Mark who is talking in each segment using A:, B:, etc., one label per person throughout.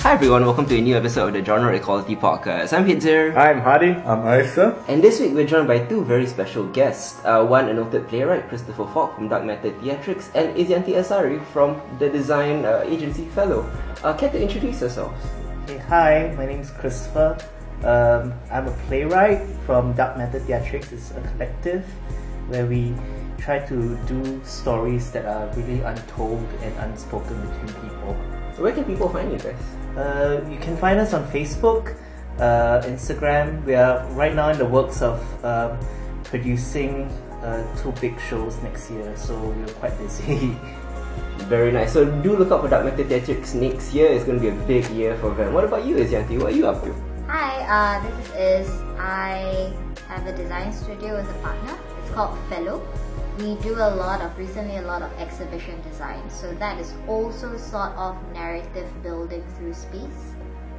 A: Hi everyone, welcome to a new episode of the Genre Equality Podcast. I'm Hitzer.
B: Hi, I'm Hadi.
C: I'm Isa.
A: And this week we're joined by two very special guests. Uh, one, a noted playwright, Christopher Falk from Dark Matter Theatrics, and Izianti Asari from the Design uh, Agency Fellow. Uh, care to introduce yourselves?
D: Hey, hi, my name is Christopher. Um, I'm a playwright from Dark Matter Theatrics. It's a collective where we try to do stories that are really untold and unspoken between people.
A: Where can people find you guys?
D: Uh, you can find us on Facebook, uh, Instagram. We are right now in the works of um producing uh, two big shows next year, so we're quite busy.
A: Very nice. So do look out for Dark Matter Theatrics next year. It's going to be a big year for them. What about you, Izianti? What are you up to?
E: Hi, uh, this is Is. I have a design studio as a partner. It's called Fellow. We do a lot of recently a lot of exhibition design, so that is also sort of narrative building through space.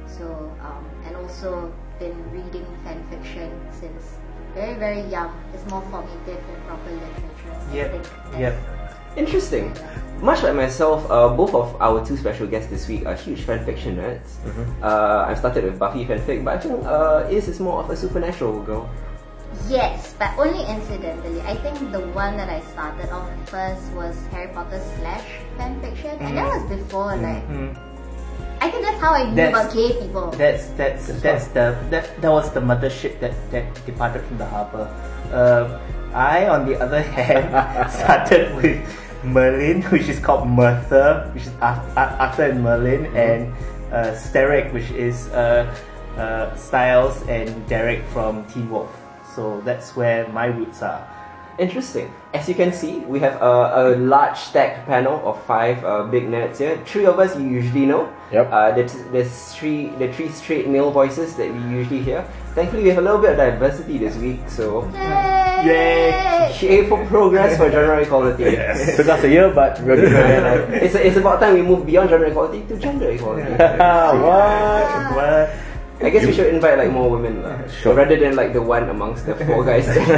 E: So um, and also been reading fan fiction since very very young. It's more formative than proper literature. I
D: Yep,
E: think that's-
D: yep.
A: Interesting. Much like myself, uh, both of our two special guests this week are huge fanfiction nerds. Uh, I've started with Buffy fanfic, but I think uh, Is is more of a supernatural girl.
E: Yes, but only incidentally. I think the one that I started off first was Harry Potter slash fan fiction, and that
A: Mm.
E: was before like.
D: Hmm.
E: I think that's how I knew
D: That's-
E: about gay people.
D: That's that's that's the that, that was the mothership that that departed from the harbor. Um I, on the other hand, started with Merlin, which is called Mirtha, which is Ar- Ar- Arthur and Merlin,
B: Mm-hmm.
D: and uh, Steric, which is uh, uh, Styles and Derek from Teen Wolf. So that's where my roots are.
A: Interesting. As you can see, we have a, a large stacked panel of five uh, big nerds here. Three of us you usually know.
B: Yep.
A: Uh, the, t- the, three, the three straight male voices that we usually hear. Thankfully, we have a little bit of diversity this week, so
E: Yay!
A: yay for progress for gender equality.
B: Yes. Took us a year, but we're doing it.
A: it's, it's about time we move beyond gender equality to gender equality.
B: what?
D: Ah, What?
A: I guess we should invite like more women lah,
B: Sure.
A: rather than like the one amongst the four guys.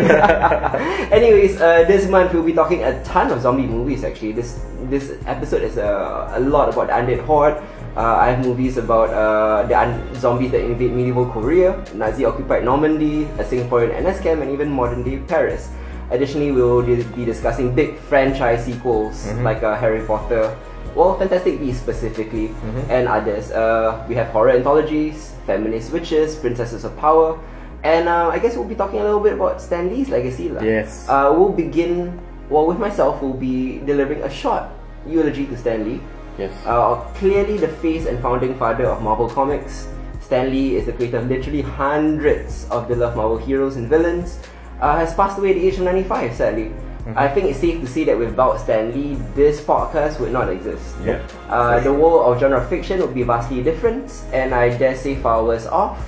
A: Anyways, uh, this month we'll be talking a ton of zombie movies. Actually, this this episode is uh, a lot about the undead horde. Uh, I have movies about uh, the un- zombies that invade medieval Korea, Nazi occupied Normandy, a Singaporean NS camp, and even modern day Paris. Additionally, we will di- be discussing big franchise sequels like uh, Harry Potter, well, Fantastic Beasts specifically, and others. Uh, we have horror anthologies, feminist witches, princesses of power, and uh, I guess we'll be talking a little bit about Stan Lee's legacy. lah.
B: Yes.
A: Uh, we'll begin, well, with myself, we'll be delivering a short eulogy to Stan Lee.
B: Yes.
A: Uh, clearly the face and founding father of Marvel Comics, Stan Lee is the creator of literally hundreds of beloved Marvel heroes and villains, uh, has passed away at the age of 95, sadly. I think it's safe to say that without Stan Lee, this podcast would not exist.
B: Yeah.
A: Uh, the world of genre fiction would be vastly different, and I dare say far worse off.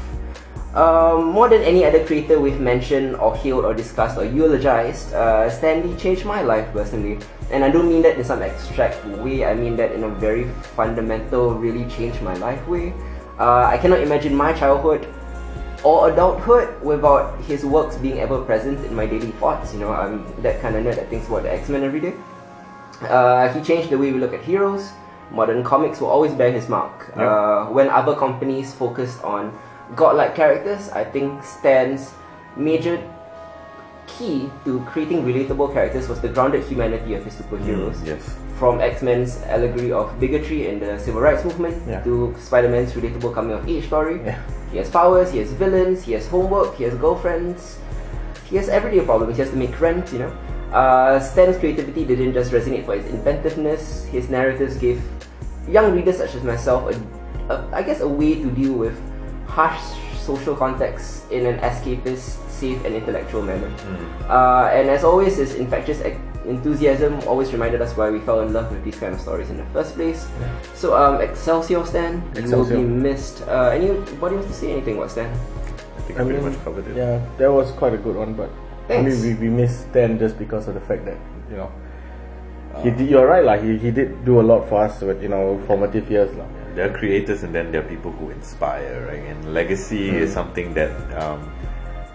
A: Um, more than any other creator we've mentioned or hailed or discussed or eulogized, uh, Stan Lee changed my life personally. And I don't mean that in some abstract way, I mean that in a very fundamental, really changed my life way. Uh, I cannot imagine my childhood or adulthood without his works being ever present in my daily thoughts. You know, I'm that kind of nerd that thinks about the X Men every day. Uh, he changed the way we look at heroes. Modern comics will always bear his mark. Uh, when other companies focused on godlike characters, I think Stan's major key to creating relatable characters was the grounded humanity of his superheroes.
D: Mm,
B: yes.
A: From X Men's allegory of bigotry in the civil rights movement
B: Yeah.
A: to Spider Man's relatable coming of age story.
B: Yeah.
A: He has powers, he has villains, he has homework, he has girlfriends, he has everyday problems, he has to make rent, you know. Uh, Stan's creativity didn't just resonate for his inventiveness, his narratives gave young readers such as myself, a, a, I guess, a way to deal with harsh social contexts in an escapist, safe, and intellectual manner.
B: Mm.
A: Uh, and as always, his infectious ec- enthusiasm always reminded us why we fell in love with these kind of stories in the first place. So, um, Excelsior Stan, you will
B: Excelsior.
A: be missed. Uh, anybody wants to say anything about Stan?
C: I think
B: I
C: pretty
B: mean,
C: much covered it.
B: Yeah, that was quite a good one, but I
A: Thanks.
B: mean, we, we missed Stan just because of the fact that you know
A: Ah.
B: he did, you're right, like he, he did do a lot for us, but you know, formative years, lah.
C: There are creators and then there are people who inspire, right? And legacy is something that, um,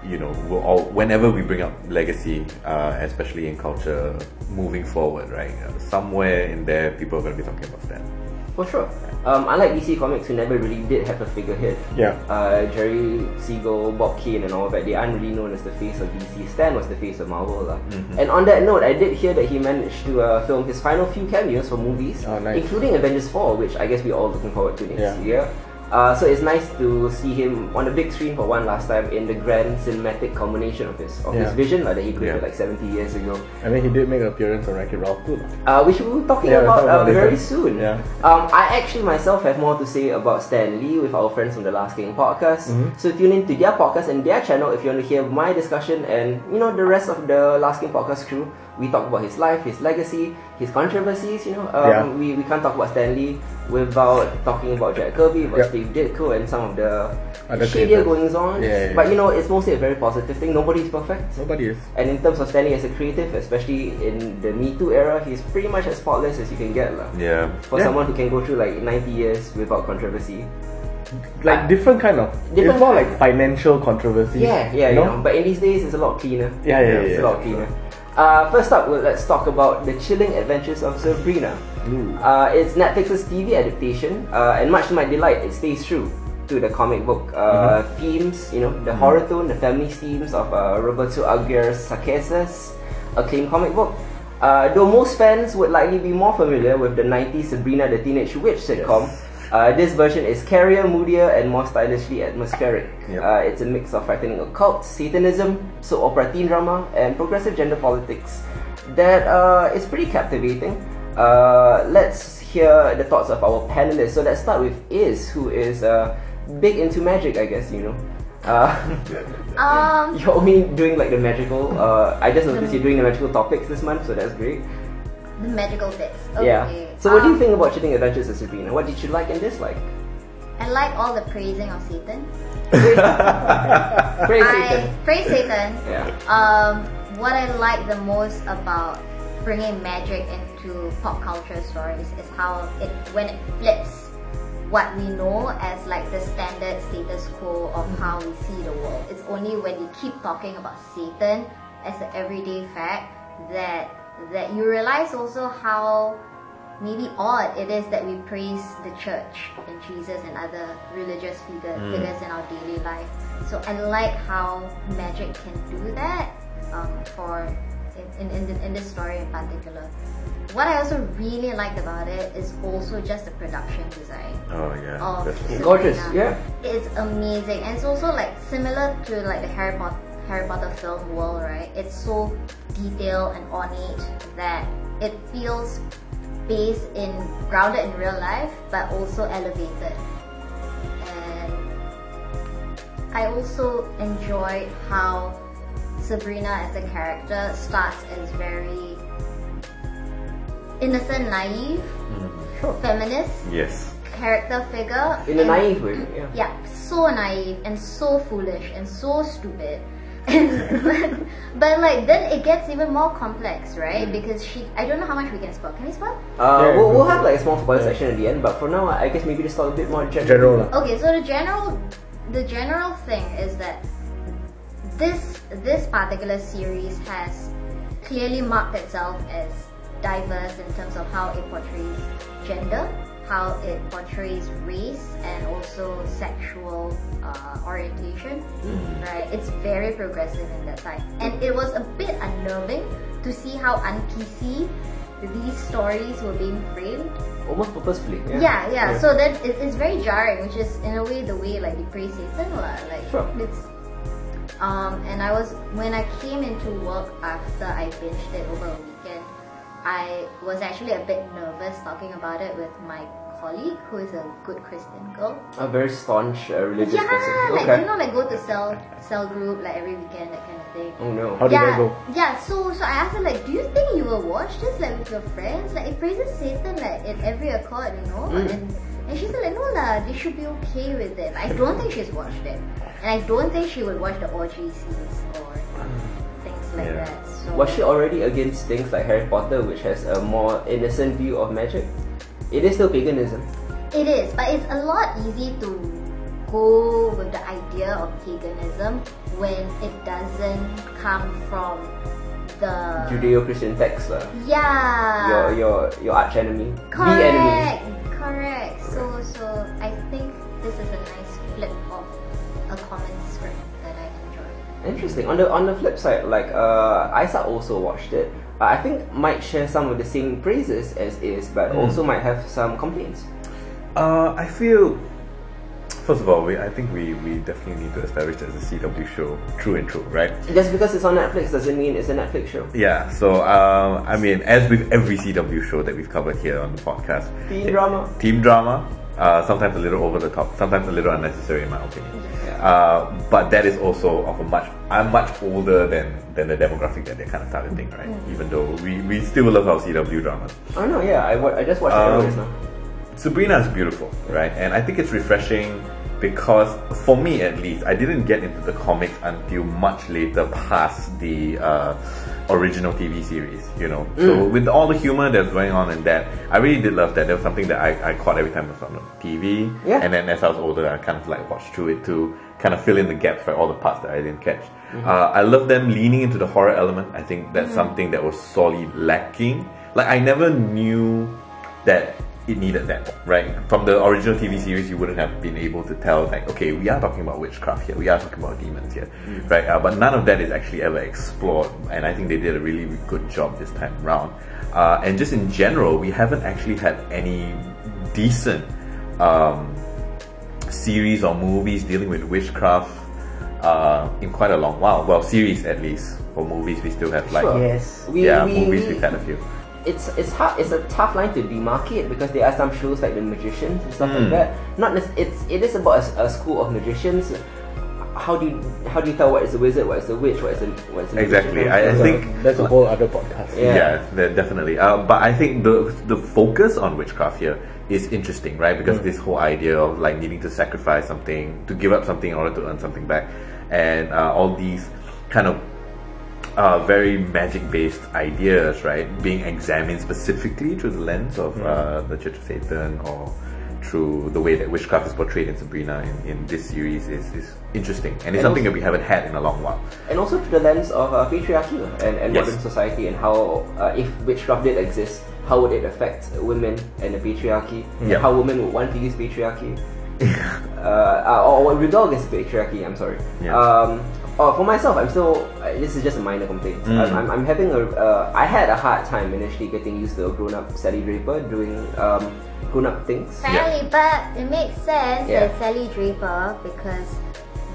C: you know, we'll all, whenever we bring up legacy, uh, especially in culture, moving forward, right? uh, somewhere in there, people are going to be talking about that.
A: For sure. Um, unlike DC Comics, who never really did have a figurehead.
B: Yeah.
A: Uh, Jerry Siegel, Bob Kane, and all that, they aren't really known as the face of DC. Stan was the face of Marvel. lah.
B: Mm-hmm.
A: And on that note, I did hear that he managed to uh, film his final few cameos for movies,
B: Oh, nice.
A: including Avengers 4, which I guess we're all looking forward to next
B: Yeah.
A: year. Uh, so it's nice to see him on the big screen for one last time in the grand cinematic culmination of his of his
B: Yeah.
A: vision lah that he created
C: Yeah.
A: like 70 years ago.
B: I mean, he did make an appearance on Wreck-It Ralph too. lah.
A: Uh, which we'll be talking
B: Yeah, we'll
A: about,
B: talk about
A: uh,
B: later.
A: very soon.
B: Yeah.
A: Um, I actually myself have more to say about Stan Lee with our friends from the Last King podcast.
B: Mm-hmm.
A: So tune in to their podcast and their channel if you want to hear my discussion and you know the rest of the Last King podcast crew. We talk about his life, his legacy, his controversies. You know, um,
B: Yeah.
A: we, we can't talk about Stan Lee without talking about Jack Kirby, about
B: Yep.
A: Steve Ditko, and some of the
B: Other
A: shadier
B: creators.
A: goings on.
B: Yeah, yeah, yeah.
A: But you know, it's mostly a very positive thing. Nobody's perfect.
B: Nobody is.
A: And in terms of standing as a creative, especially in the Me Too era, he's pretty much as spotless as you can get. lah.
C: Yeah.
A: For
B: Yeah.
A: someone who can go through like 90 years without controversy.
B: Like different kind of.
A: Ah. Different
B: it's more
A: kind.
B: like financial controversy.
A: Yeah, yeah, you know. But in these days, it's a lot cleaner.
B: Yeah, yeah,
A: It's
B: yeah,
A: a lot
B: yeah,
A: cleaner. Uh, first up, well, let's talk about the chilling adventures of Sabrina. Uh, it's Netflix's TV adaptation, uh, and much to my delight, it stays true to the comic book
B: Mm-hmm.
A: uh, themes. You know, the horror tone, the family themes of uh, Roberto Aguirre Sacchese's acclaimed comic book. Uh, though most fans would likely be more familiar with the 90s Sabrina the Teenage Witch sitcom, uh, this version is scarier, moodier, and more stylishly atmospheric.
B: Yep.
A: Uh, it's a mix of frightening occult, Satanism, soap opera teen drama, and progressive gender politics that uh, is pretty captivating. Uh, let's hear the thoughts of our panelists. So let's start with Is, who is uh, big into magic, I guess, you know. Uh,
E: Um,
A: you're only doing like the magical. Uh, I just noticed you're doing the magical topics this month, so that's great.
E: the magical bits. Okay.
A: Yeah. So, what do you
E: um,
A: think about Chilling Adventures of Sabrina? What did you like and dislike?
E: I like all the praising of Satan.
A: Praise
E: I
A: Satan.
E: praise Satan.
A: Yeah.
E: Um, what I like the most about bringing magic into pop culture stories is how it when it flips what we know as like the standard status quo of how we see the world. It's only when you keep talking about Satan as an everyday fact that that you realize also how maybe odd it is that we praise the church and Jesus and other religious figure, figures in our daily life. So I like how magic can do that um, for in, in, in, in this story in particular. What I also really liked about it is also just the production design
C: Oh yeah.
E: of
C: definitely.
E: Sabrina.
A: Gorgeous, yeah.
E: It's amazing, and it's also like similar to like the Harry Potter Harry Potter film world, right? It's so detailed and ornate that it feels based in grounded in real life, but also elevated. And I also enjoyed how Sabrina as a character starts as very innocent, naive, feminist
C: Yes.
E: character figure
A: In a
E: and-
A: naive way, yeah.
E: yeah, so naive and so foolish and so stupid. but, but like then it gets even more complex, right?
A: Hmm.
E: Because she, I don't know how much we can spoil. Can we spoil?
A: Uh,
B: Yeah,
A: we'll, we'll
B: yeah.
A: have like a small spoiler section at the end, but for now, I guess maybe just talk a bit more general.
B: General lah.
E: Okay, so the general, the general thing is that this this particular series has clearly marked itself as diverse in terms of how it portrays gender, how it portrays race, and also sexual uh, orientation. Right? It's very progressive in that time, and it was a bit unnerving to see how un-PC these stories were being framed
A: Almost purposefully. Yeah.
E: yeah, yeah. So then it, it's very jarring, which is in a way the way like the praise Satan lah. Like
A: Sure.
E: it's um and I was when I came into work after I finished it over a weekend, I was actually a bit nervous talking about it with my colleague who is a good Christian girl.
A: A very staunch uh, religious
E: Yeah,
A: person.
E: like
A: Okay.
E: you know like go to cell cell group like every weekend that kind of thing.
A: oh no.
B: How did
E: yeah,
B: that go?
E: Yeah, so so I asked her like, do you think you will watch this like with your friends? Like it praises Satan like in every accord, you know? And and she said like no lah, they should be okay with it. I don't think she's watched it. And I don't think she would watch the orgy scenes or things like
C: Yeah.
E: that. So
A: Was she already against things like Harry Potter, which has a more innocent view of magic? It is still paganism.
E: It is, but it's a lot easy to go with the idea of paganism when it doesn't come from the
A: Judeo-Christian text, lah.
E: Yeah.
A: Your your your arch enemy, the enemy.
E: Correct. Correct. So so I think this is a nice flip of a common script that I enjoy.
A: Interesting. On the on the flip side, like uh, Isa also watched it. Uh, I think might share some of the same praises as is, but also might have some complaints.
C: Uh, I feel. First of all, we, I think we, we definitely need to establish that it's a CW show, true and true, right?
A: Just because it's on Netflix doesn't mean it's a Netflix show.
C: Yeah, so um, I mean, as with every CW show that we've covered here on the podcast,
A: Teen
C: it-
A: drama.
C: team drama, uh, sometimes a little over the top, sometimes a little unnecessary in my opinion. Uh, but that is also of a much, I'm much older than than the demographic that they're kind of targeting, right? Even though we, we still love our CW dramas.
A: Oh no, yeah, I, wa- I just watched
C: Um,
A: it just now.
C: Sabrina is beautiful, right? And I think it's refreshing because, for me at least, I didn't get into the comics until much later, past the uh, original TV series, you know. So with all the humor that's going on in that, I really did love that. That was something that I, I caught every time it was on TV.
A: Yeah.
C: And then as I was older, I kind of like watched through it to kind of fill in the gaps for all the parts that I didn't catch. Uh, I love them leaning into the horror element. I think that's something that was sorely lacking. Like I never knew that it needed that, right? From the original TV series, you wouldn't have been able to tell, like, okay, we are talking about witchcraft here, we are talking about demons here, right? Uh, but none of that is actually ever explored, and I think they did a really good job this time round. Uh, and just in general, we haven't actually had any decent um, series or movies dealing with witchcraft uh, in quite a long while. Well, series at least, or movies, we still have like,
A: Sure.
D: Yes.
A: We,
C: yeah,
A: we,
C: movies,
A: we,
C: we've had a few.
A: it's it's hard. It's a tough line to demarcate because there are some shows like The Magicians and stuff like
C: Hmm.
A: that. Not nec- it's it is about a, s- a school of magicians. How do you how do you tell what is a wizard, what is a witch, what is a what is a
C: Exactly.
A: magician?
C: I, I
B: That's a-
C: think
B: that's a whole other podcast.
A: Yeah.
C: Yeah, de- definitely. Uh, but I think the the focus on witchcraft here is interesting, right? Because this whole idea of like needing to sacrifice something, to give up something in order to earn something back, and uh, all these kind of uh, very magic based ideas, right, being examined specifically through the lens of uh, the Church of Satan or through the way that witchcraft is portrayed in Sabrina in, in this series is, is interesting and
A: And
C: it's something
A: also-
C: that we haven't had in a long while.
A: and also through the lens of uh, patriarchy and, and
C: Yes.
A: modern society and how uh, if witchcraft did exist, how would it affect women and the patriarchy?
C: Yeah.
A: How women would want to use patriarchy? uh, or or rebel against patriarchy. I'm sorry.
C: Yeah.
A: Um, or for myself, I'm still. Uh, this is just a minor complaint.
C: Mm.
A: I'm, I'm, I'm having a. Uh, I had a hard time initially getting used to a grown-up Sally Draper doing um, grown-up things.
E: Apparently, but it makes sense
A: Yeah.
E: that Sally Draper because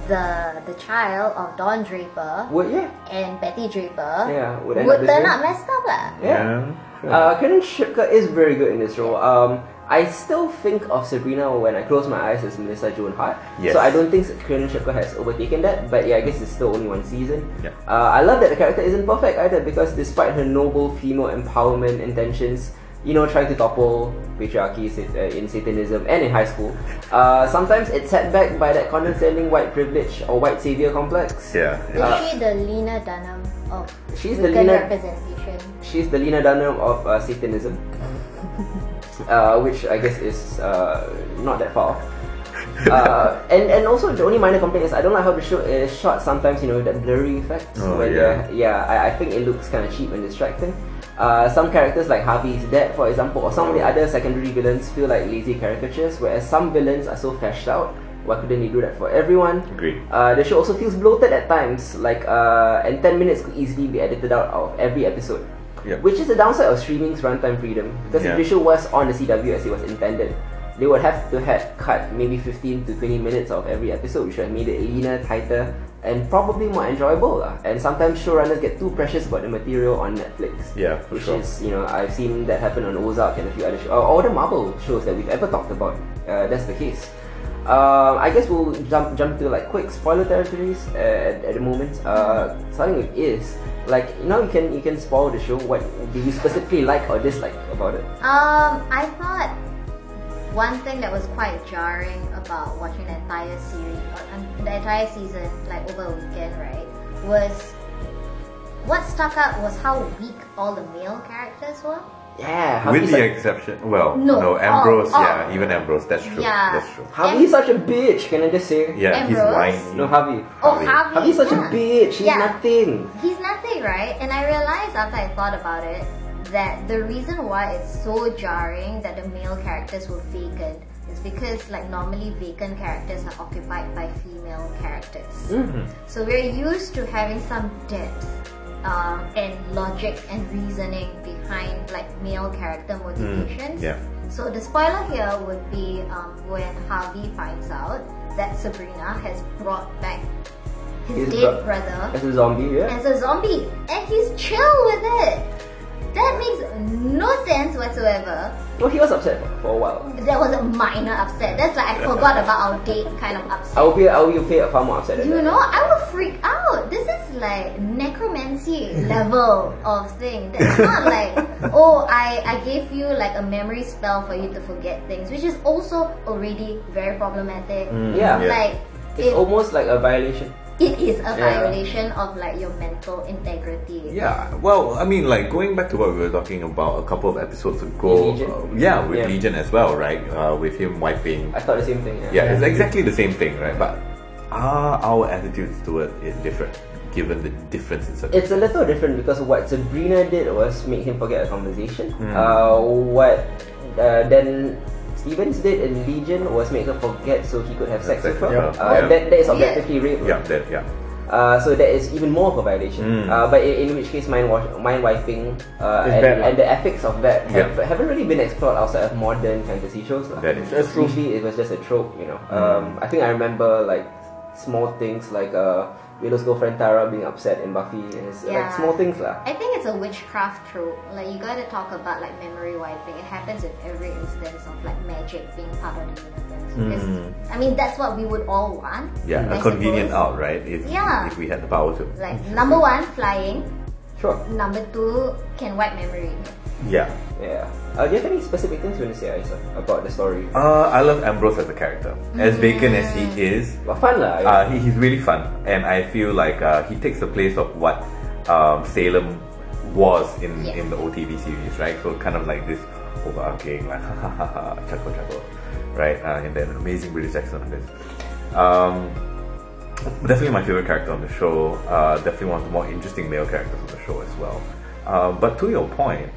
E: the the child of Don Draper
A: Would yeah,
E: and Betty Draper
A: yeah. Would end
E: would
A: up this
E: turn
A: way.
E: out messed up lah.
A: Yeah. Uh, Karen Shipka is very good in this role. Um, I still think of Sabrina when I close my eyes as Melissa Joan Hart.
C: Yes.
A: So I don't think Karen Shipka has overtaken that, but yeah, I guess it's still only one season.
C: Yeah.
A: Uh, I love that the character isn't perfect either because despite her noble female empowerment intentions, you know, trying to topple patriarchy sa- uh, in Satanism and in high school, uh, sometimes it's set back by that condescending white privilege or white savior complex.
C: Yeah.
E: Is she the Lena Dunham of
A: She's the
E: Wiccan
A: Lena-
E: representation?
A: She's the Lena Dunham of uh, Satanism, uh, which I guess is uh, not that far. off. Uh, and and also the only minor complaint is I don't like how the show is shot. Sometimes you know that blurry effect.
C: Oh,
A: when
C: yeah.
A: they're- yeah, I, I think it looks kind of cheap and distracting. Uh, some characters like Harvey's dad, for example, or some of the other secondary villains feel like lazy caricatures, whereas some villains are so fleshed out. Why couldn't they do that for everyone?
C: Agreed.
A: Uh, the show also feels bloated at times, like uh, and 10 minutes could easily be edited out of every episode.
C: Yep.
A: Which is the downside of streaming's runtime freedom. Because
C: Yeah.
A: if the show was on the CW as it was intended, they would have to have cut maybe 15 to 20 minutes of every episode, which would have made it leaner, tighter, and probably more enjoyable. lah. And sometimes showrunners get too precious about the material on Netflix.
C: Yeah, for
A: which
C: sure.
A: is, you know, I've seen that happen on Ozark and a few other shows. all the Marvel shows that we've ever talked about, uh, that's the case. Um, I guess we'll jump jump to like quick spoiler territories uh, at, at the moment. Uh, starting with is like you know you can you can spoil the show. What do you specifically like or dislike about it?
E: Um, I thought one thing that was quite jarring about watching the entire series, or, um, the entire season, like over a weekend, right, was what stuck out was how weak all the male characters were.
A: Yeah, how
C: With
A: he's
C: the
A: like,
C: exception, well,
E: No,
C: no,
E: all-
C: Ambrose,
E: all-
C: yeah, even Ambrose, that's true.
E: Yeah.
C: That's true.
A: how he's such a bitch. Can I just say?
C: Yeah,
E: Ambrose?
C: he's whiny.
A: No, Harvey.
E: Oh,
C: Harvey.
E: Harvey.
A: Harvey's such
E: yeah.
A: a bitch. He's
E: Yeah.
A: nothing.
E: He's nothing, right? And I realized after I thought about it that the reason why it's so jarring that the male characters characters were vacant is because like normally vacant characters are occupied by female characters.
A: Mm-hmm.
E: So we're used to having some depth um, and logic and reasoning behind like male character
A: Mm,
E: motivations.
C: yeah.
E: So the spoiler here would be um, when Harvey finds out that Sabrina has brought back his,
A: His
E: dead
A: bro-
E: brother
A: As a zombie, yeah?
E: as a zombie and he's chill with it. That makes no sense whatsoever.
A: No, he was upset for, for a while.
E: That was a minor upset. That's like I forgot about our date kind of upset.
A: I will be, I will be far more upset at
E: You
A: that.
E: know, I would freak out. This is like necromancy level of thing. That's not like, oh, I, I gave you like a memory spell for you to forget things, which is also already very problematic.
A: Mm. Yeah.
C: Yeah.
E: Like,
A: It's
E: it,
A: almost like a violation.
E: it is a
A: Yeah.
E: violation of like your mental integrity.
C: Yeah, well, I mean, like going back to what we were talking about a couple of episodes ago.
A: Legion.
C: uh, yeah, with
A: Yeah.
C: Legion as well, right? Uh, with him wiping.
A: I thought the same thing.
C: Yeah, it's exactly the same thing, right? But are our attitudes toward it different, given the difference in circumstances?
A: It's a little different because what Sabrina did was make him forget a conversation.
C: Hmm.
A: Uh, what uh, then Stevens did in Legion was make her forget so he could have sex
C: Sex
A: with her.
C: with her.
A: Uh,
C: Yeah.
A: that, that is objectively rape.
C: Yeah, that, yeah.
A: Uh, so that is even more of a violation.
C: Mm.
A: Uh, but in, in which case, mind, wash, mind wiping uh, and,
B: It's bad, lah.
A: and the ethics of that have,
C: Yeah.
A: haven't really been explored outside of modern fantasy shows. lah.
C: That is Mm.
B: That's true.
A: Usually, it was just a trope, you know. Um, I think I remember like small things like uh, Willow's girlfriend Tara being upset in Buffy. And it's, Like
E: Yeah.
A: small things, lah.
E: I think it's a witchcraft trope. Like you gotta talk about like memory wiping. It happens in every instance of like magic being part of the universe. It's- I mean that's what we would all want.
C: Hmm. Yeah,
E: I
C: a convenient
E: suppose.
C: out, right? If,
E: Yeah.
C: if we had the power to.
E: Like number one, flying.
A: Sure.
E: Number two, can wipe memory.
C: Yeah.
A: Yeah. Uh, do you have any specific things you want to say, Aisa, about the story?
C: Uh, I love Ambrose as a character.
E: Mm.
C: As vacant as he is,
A: But fun, lah. yeah.
C: Uh, he, he's really fun, and I feel like uh, he takes the place of what um, Salem was in,
E: Yes.
C: in the OTV series, right? So kind of like this "Oh, overarching, like ha ha ha, chuckle chuckle, right? Uh, and then an amazing British accent of his. Um, definitely my favorite character on the show. Uh, definitely one of the more interesting male characters on the show as well. Uh, but to your point,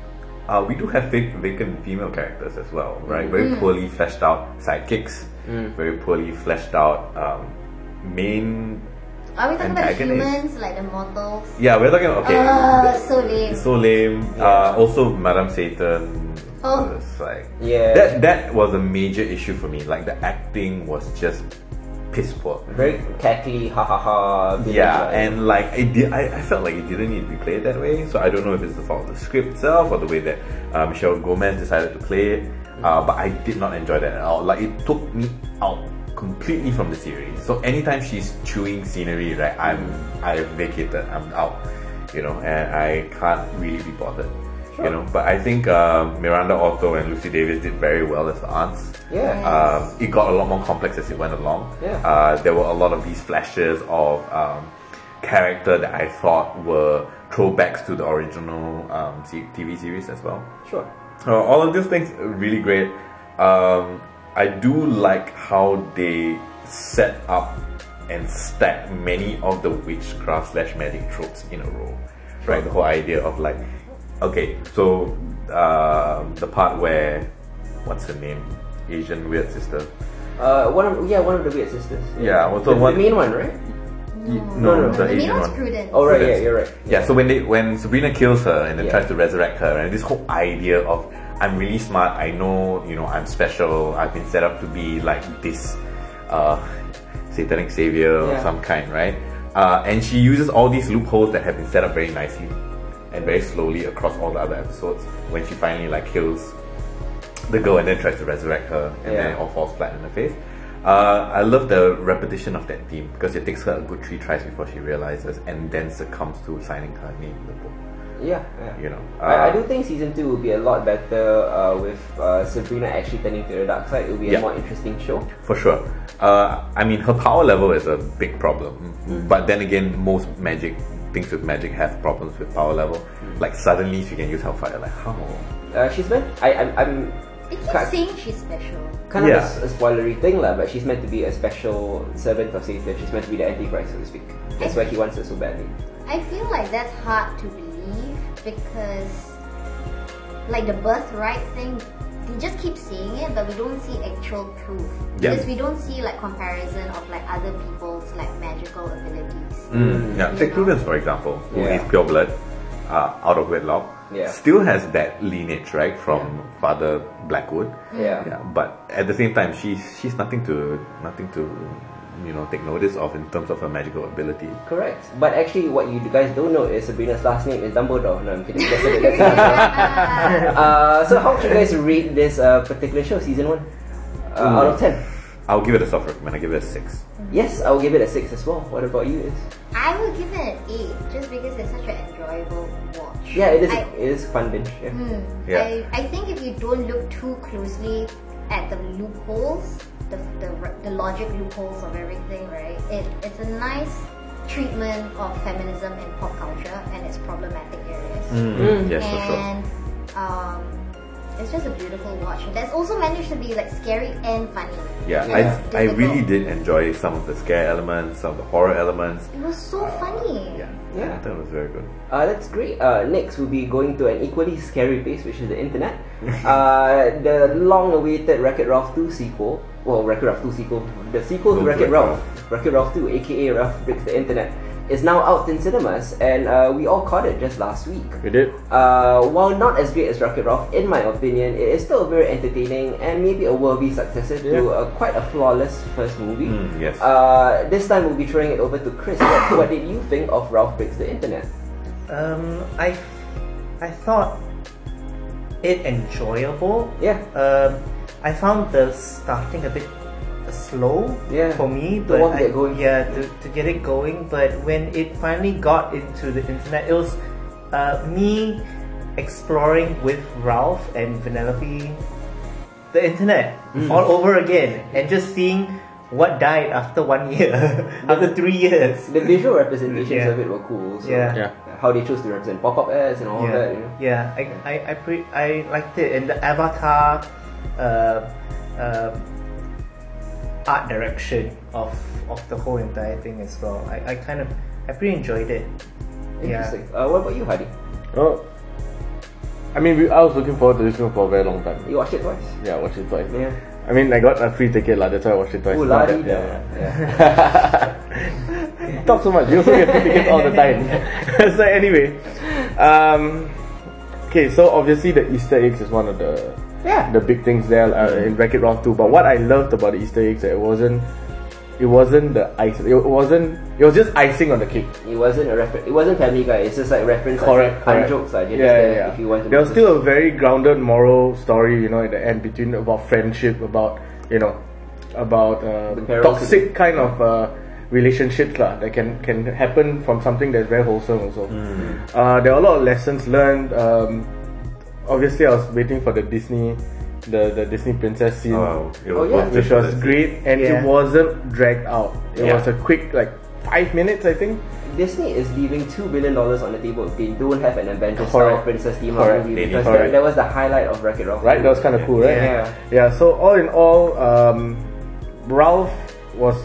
C: uh, we do have vac- vacant female characters as well, right? Very poorly fleshed out sidekicks, very poorly fleshed out um, main.
E: Are we talking about
C: Antagonist.
E: humans, like the mortals?
C: Yeah, we're talking okay.
E: Ah, so lame.
C: so lame. Uh, also, Madame Satan.
E: Oh.
C: was like
A: Yeah.
C: That that was a major issue for me. Like the acting was just piss poor.
A: Very cackly, ha ha ha. bit
C: Yeah,
A: like-
C: and like it did, I, I felt like it didn't need to be played that way. So I don't know if it's the fault of the script itself or the way that uh, Michelle Gomez decided to play it. Uh, but I did not enjoy that at all. Like it took me out completely from the series. So anytime she's chewing scenery, right, I'm I vacated. I'm out. You know, and I can't really be bothered. You know, but I think uh, Miranda Otto and Lucy Davis did very well as the aunts.
A: Yeah.
C: Um, it got a lot more complex as it went along.
A: Yeah.
C: Uh, there were a lot of these flashes of um, character that I thought were throwbacks to the original um, se- TV series as well.
A: Sure.
C: Uh, all of these things are really great. Um, I do like how they set up and stack many of the witchcraft slash magic tropes in a row. Right, the whole idea of like, okay, so uh, the part where what's her name, Asian weird sister.
A: Uh, one of yeah, one of the weird sisters.
C: Yeah, well, so
A: the,
C: one-
A: the main one, right?
C: No,
A: no,
C: no,
A: no.
C: the
E: the main
C: Asian
E: one's
C: one.
E: prudent.
A: Oh right,
C: Mm. Yes.
A: yeah, you're right.
C: Yeah, so when they when Sabrina kills her and then
A: Yeah.
C: tries to resurrect her, and this whole idea of I'm really smart, I know, you know, I'm special, I've been set up to be like this uh, satanic savior
A: Yeah.
C: of some kind, right? Uh, and she uses all these loopholes that have been set up very nicely and very slowly across all the other episodes when she finally like kills the girl and then tries to resurrect her and then
A: Yeah.
C: it all falls flat in her face. Uh, I love the repetition of that theme because it takes her a good three tries before she realizes and then succumbs to signing her name in the book.
A: Yeah, yeah.
C: You know,
A: I, I
C: uh,
A: do think season two will be a lot better uh, with uh, Sabrina actually turning to the dark side. It will be
C: Yeah.
A: a more interesting show.
C: For sure. Uh, I mean, her power level is a big problem,
A: Mm-hmm.
C: but then again, most magic things with magic have problems with power level.
A: Mm.
C: Like suddenly she can use hellfire. Like how?
A: Uh, she's meant I I'm, I'm
E: They keep
A: Cut.
E: saying she's special.
A: kind
C: Yeah.
A: of a, s- a spoilery thing lah, but she's meant to be a special servant of Satan. She's meant to be the Antichrist, so to speak. That's why he wants her so badly.
E: I feel like that's hard to believe because, like the birthright thing, we just keep seeing it, but we don't see actual proof
C: Yeah.
E: because we don't see like comparison of like other people's like magical abilities.
C: Mm, yeah, take Prudence for example, who
A: Yeah.
C: is pure blood, uh, out of wedlock.
A: Yeah.
C: Still has that lineage, right, from Father Blackwood.
A: Yeah.
C: Yeah, but at the same time, she's she's nothing to nothing to, you know, take notice of in terms of her magical ability.
A: Correct. But actually, what you guys don't know is Sabrina's last name is Dumbledore. No, I'm kidding. That's it, that's it. Uh, so, how would you guys rate this uh, particular show, season one, uh, out of ten?
C: I'll give it a soft recommend. I give it a six.
A: Yes, I'll give it a six as well. What about you? Is
E: I would give it an eight just because it's such an enjoyable watch.
A: yeah, it is.
E: I-
A: it is fun binge. Yeah.
C: Yeah.
E: I, Hmm. I think if you don't look too closely at the loopholes, the, the, r- the logic loopholes of everything, right? It, it's a nice treatment of feminism in pop culture and its problematic areas.
C: Hmm. Yes, for sure.
E: and um, it's just a beautiful watch. That's also managed to be like scary and funny.
C: Yeah,
E: Like, it's
C: I, I really
E: difficult.
C: did enjoy some of the scare elements, some of the horror elements.
E: It was so funny.
C: Yeah,
A: Yeah.
C: I thought it was very good.
A: Uh, that's great. Uh, next, we'll be going to an equally scary pace, which is the internet. uh, the long-awaited Wreck-It Ralph 2 sequel. Well, Wreck-It Ralph 2 sequel. The sequel to
C: Don't
A: Wreck-It
C: Wreck-It
A: Ralph. Wreck-It Ralph 2, aka Ralph Breaks the Internet, is now out in cinemas, and uh, we all caught it just last week.
B: We did.
A: Uh, while not as great as Rocket Ralph, in my opinion, it is still very entertaining and maybe a worthy successor to
B: Yeah.
A: a, quite a flawless first movie.
C: Mm, yes.
A: Uh, this time we'll be throwing it over to Chris. what, what did you think of Ralph Breaks the Internet?
D: Um, I, I thought it enjoyable.
A: Yeah.
D: Um, I found the starting a bit slow.
A: Yeah.
D: For me,
A: To
D: but
A: warm
D: I,
A: it going.
D: yeah, to, to get it going. But when it finally got into the internet, it was uh, me exploring with Ralph and Vanellope the internet
A: Mm.
D: all over again, and just seeing what died after one year, after three years.
A: The visual representations
D: Yeah.
A: of it were cool. So
D: Yeah.
B: Yeah.
A: How they chose to represent pop-up ads and all
D: yeah,
A: that. You know?
D: yeah. I I I, pre- I liked it, and the Avatar uh, um art direction of of the whole entire thing as well. I, I kind of I pretty enjoyed it.
A: Interesting. Uh, what about you, Hadi?
B: Oh. I mean, we, I was looking forward to this film for a very long time.
A: You watched it twice?
B: Yeah, I watched it twice.
A: Yeah.
B: I mean, I got a free ticket, lah. That's why I watched it twice.
A: Ooh,
B: It's not
A: la-di-da.
B: that- yeah. Talk so much. You also get free tickets all the time. so anyway, um, okay. So obviously, the Easter eggs is one of the
A: Yeah.
B: the big things there uh, in Wreck-It Ralph 2. But what I loved about the Easter eggs, it wasn't it wasn't the ice. It wasn't. It was just icing on the cake.
A: It wasn't a reference. It wasn't Family Guy. It's just like reference.
B: Correct.
A: like,
B: correct.
A: jokes. Like, you
B: yeah, yeah,
A: understand
B: yeah.
A: If you want to.
B: there was still a very grounded moral story, you know, at the end between about friendship, about you know, about um,
A: The perils
B: toxic kind of uh, relationships lah that can can happen from something that's very wholesome also. Uh, there are a lot of lessons learned. Um, obviously, I was waiting for the Disney, the the Disney princess scene
C: Oh, it was
A: Oh, yeah.
C: worth it
B: which
C: for
B: was
C: this.
B: great, and
D: Yeah.
B: it wasn't dragged out. It
C: Yeah.
B: was a quick, like five minutes, I think.
A: Disney is leaving two billion dollars on the table if they don't have an Avengers style
B: Correct.
A: Princess team
B: Correct.
A: movie
C: They
A: because that,
B: need-
A: that was the highlight of Wreck-It Ralph.
B: Right, that was kind of cool, right?
D: Yeah.
B: Yeah. So all in all, um, Ralph was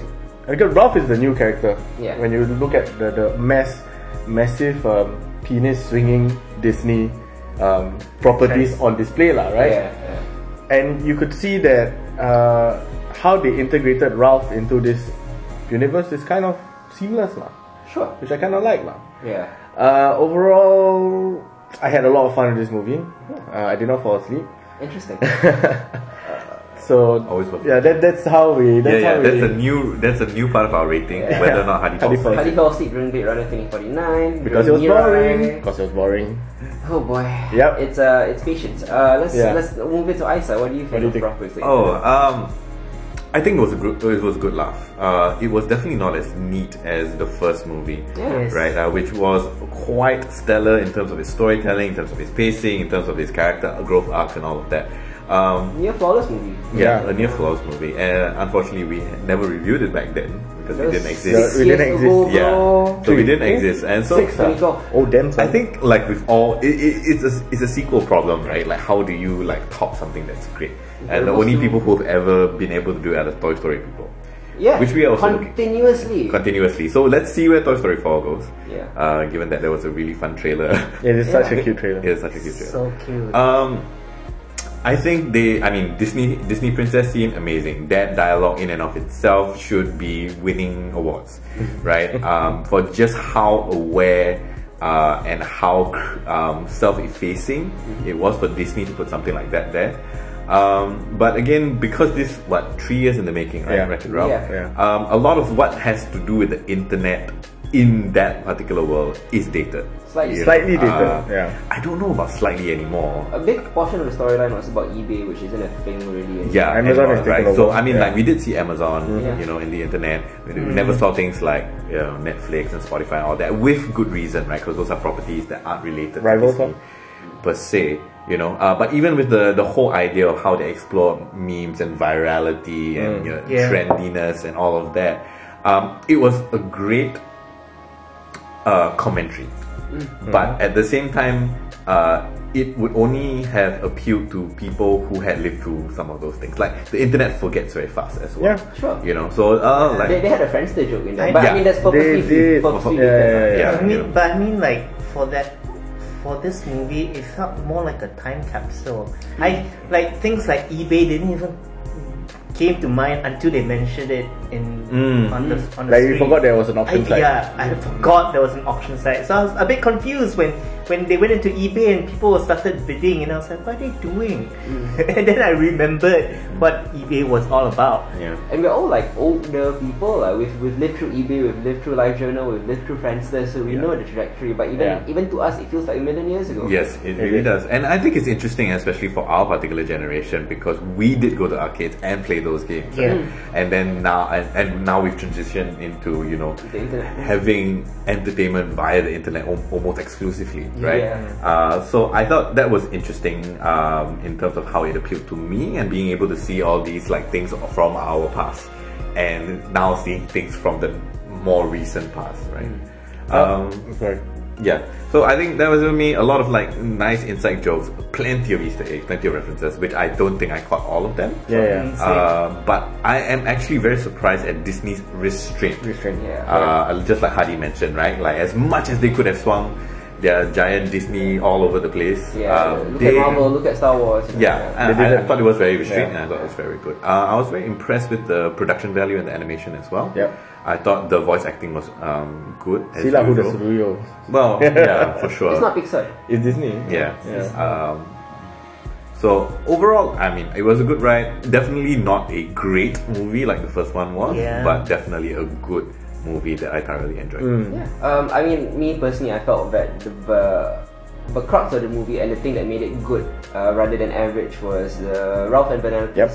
B: because Ralph is the new character.
A: Yeah.
B: When you look at the the mass, massive um, penis swinging Disney um, properties
D: Trends.
B: on display, lah,
A: Yeah,
B: right?
A: yeah.
B: and you could see that uh, how they integrated Ralph into this universe is kind of seamless, lah,
A: Sure.
B: which I kind of like, lah.
A: Yeah.
B: Uh, overall, I had a lot of fun with this movie. Uh, I did not fall asleep.
A: Interesting.
B: So
C: Always worth
B: yeah, that, that's how we. That's
C: yeah,
B: how
C: yeah,
B: we,
C: that's a new that's a new part of our rating. Whether or not Hardy
B: Hardy
A: How
B: falls.
C: falls
A: do
C: asleep.
A: you fall asleep during Blade Runner 2049?
B: because it
A: during
B: was boring.
A: Mirai?
B: Because it was boring.
A: Oh boy.
B: Yep.
A: It's uh, it's patience. Uh, let's
B: Yeah.
A: let's move into Isa. What do you think
B: What do you
A: of
B: think?
A: Ralph Breaks the
C: Oh,
A: Internet?
C: um, I think it was a good it was a good laugh. Uh, it was definitely not as neat as the first movie,
A: Yeah.
D: Yes.
C: right? Uh, which was quite stellar in terms of its storytelling, in terms of its pacing, in terms of its character uh, growth arc, and all of that. Um,
A: Near flawless movie.
C: yeah,
B: Yeah.
C: a near flaws movie, and unfortunately, we never reviewed it back then because
A: That was
C: we didn't
A: six
C: exist.
B: Yeah, we didn't
A: years
B: exist.
A: ago,
C: Yeah.
A: bro.
C: So we
B: Three,
C: didn't
B: eh?
C: exist, and so
B: six. ah.
A: 24.
B: Oh damn! son.
C: I think like with all, it, it, it's a it's a sequel problem, right? Like how do you like top something that's great? And the
A: Incredibles
C: only
A: two.
C: people who've ever been able to do it are the Toy Story people
A: Yeah.
C: Which we also-
A: continuously.
C: continuously. So let's see where Toy Story Four goes.
A: Yeah.
C: Uh, given that there was a really fun trailer,
B: it is such
A: Yeah.
B: a cute trailer.
C: it is such a good trailer.
D: So cute.
C: Um, I think they. I mean, Disney Disney Princess scene amazing. That dialogue in and of itself should be winning awards, right? Um, for just how aware uh, and how um, self-effacing
B: Mm-hmm.
C: it was for Disney to put something like that there. Um, but again, because this what three years in the making, right?
B: Yeah.
C: Wreck-It Ralph.
A: Yeah.
B: Yeah.
C: Um, a lot of what has to do with the internet in that particular world is dated.
A: Slightly.
C: You know,
B: Slightly dated,
C: uh,
B: yeah.
C: I don't know about slightly anymore.
A: A big portion of the storyline was about eBay, which isn't a thing really. anymore.
C: Yeah,
B: Amazon has taken
C: right? So
B: over,
C: I
B: yeah.
C: mean,
B: Mm-hmm.
C: like we did see Amazon,
A: Yeah.
C: you know, in the internet. We, we never saw things like you know, Netflix and Spotify and all that with good reason, right? Because those are properties that aren't related
B: Rivals,
C: to Disney, per se. You know, uh, but even with the the whole idea of how they explore memes and virality
B: Mm.
C: and you know,
D: Yeah.
C: trendiness and all of that, um, it was a great uh, commentary.
A: Mm.
C: But at the same time, uh, it would only have appealed to people who had lived through some of those things. Like the internet forgets very fast as well.
B: Yeah,
A: sure.
C: You know, so uh,
A: They,
C: like
A: they had a Friendster joke in there, but
C: Yeah.
A: I mean that's purposely
B: They did.
A: purposely
C: Yeah,
A: written,
B: yeah,
A: right?
C: yeah.
D: I mean,
C: Yeah.
D: but I mean, like for that, for this movie, it felt more like a time capsule. I like things like eBay didn't even came to mind until they mentioned it in
C: Mm.
D: on the on the
B: Like, you
D: screen.
B: forgot there was an auction
D: I,
B: site.
D: Yeah, I forgot there was an auction site, so I was a bit confused when when they went into eBay and people started bidding, and I was like, what are they doing?
B: Mm.
D: and then I remembered what eBay was all about.
C: yeah.
A: And we're all like older people. Like we've, we've lived through eBay, we've lived through Live Journal, we've lived through Friendster, so we know the trajectory. But even
B: Yeah.
A: even to us, it feels like a million years ago.
C: Yes, it really
B: is.
C: does. And I think it's interesting, especially for our particular generation, because we did go to arcades and play those games. right? And then now, and, and now we've transitioned into you know
A: The internet.
C: having entertainment via the internet al- almost exclusively, right?
A: Yeah.
C: Uh, so I thought that was interesting um, in terms of how it appealed to me and being able to see all these like things from our past and now seeing things from the more recent past, right?
A: Mm.
C: Um,
B: Sorry.
C: yeah. So I think that was with me a lot of like nice inside jokes, plenty of Easter eggs, plenty of references, which I don't think I caught all of them.
B: Yeah, Ah. yeah.
D: Mm,
C: Uh, but I am actually very surprised at Disney's restraint.
B: Restraint.
A: Yeah.
C: Uh, just like Hardy mentioned, right? Like as much as they could have swung their giant Disney all over the place,
A: Yeah. look
C: um, they-
A: at Marvel. Look at Star Wars. you know,
C: yeah, and
B: They
C: I, I
B: didn't.
C: thought it was very restrained,
B: Yeah.
C: and I thought it was very good. Uh, I was very impressed with the production value and the animation as well.
B: Yep.
C: I thought the voice acting was um, good. as
B: Sila who the
C: usual.
B: Suruyo.
C: Well, yeah, for sure.
A: It's not Pixar.
B: It's Disney.
C: Yeah.
B: Yeah.
C: Um, so overall, I mean, it was a good ride. Definitely not a great movie like the first one was,
D: Yeah.
C: but definitely a good movie that I thoroughly enjoyed.
A: Yeah. Um, I mean, me personally, I felt that the the- the crux of the movie and the thing that made it good uh, rather than average was uh, Ralph and Penelope's
B: Yep.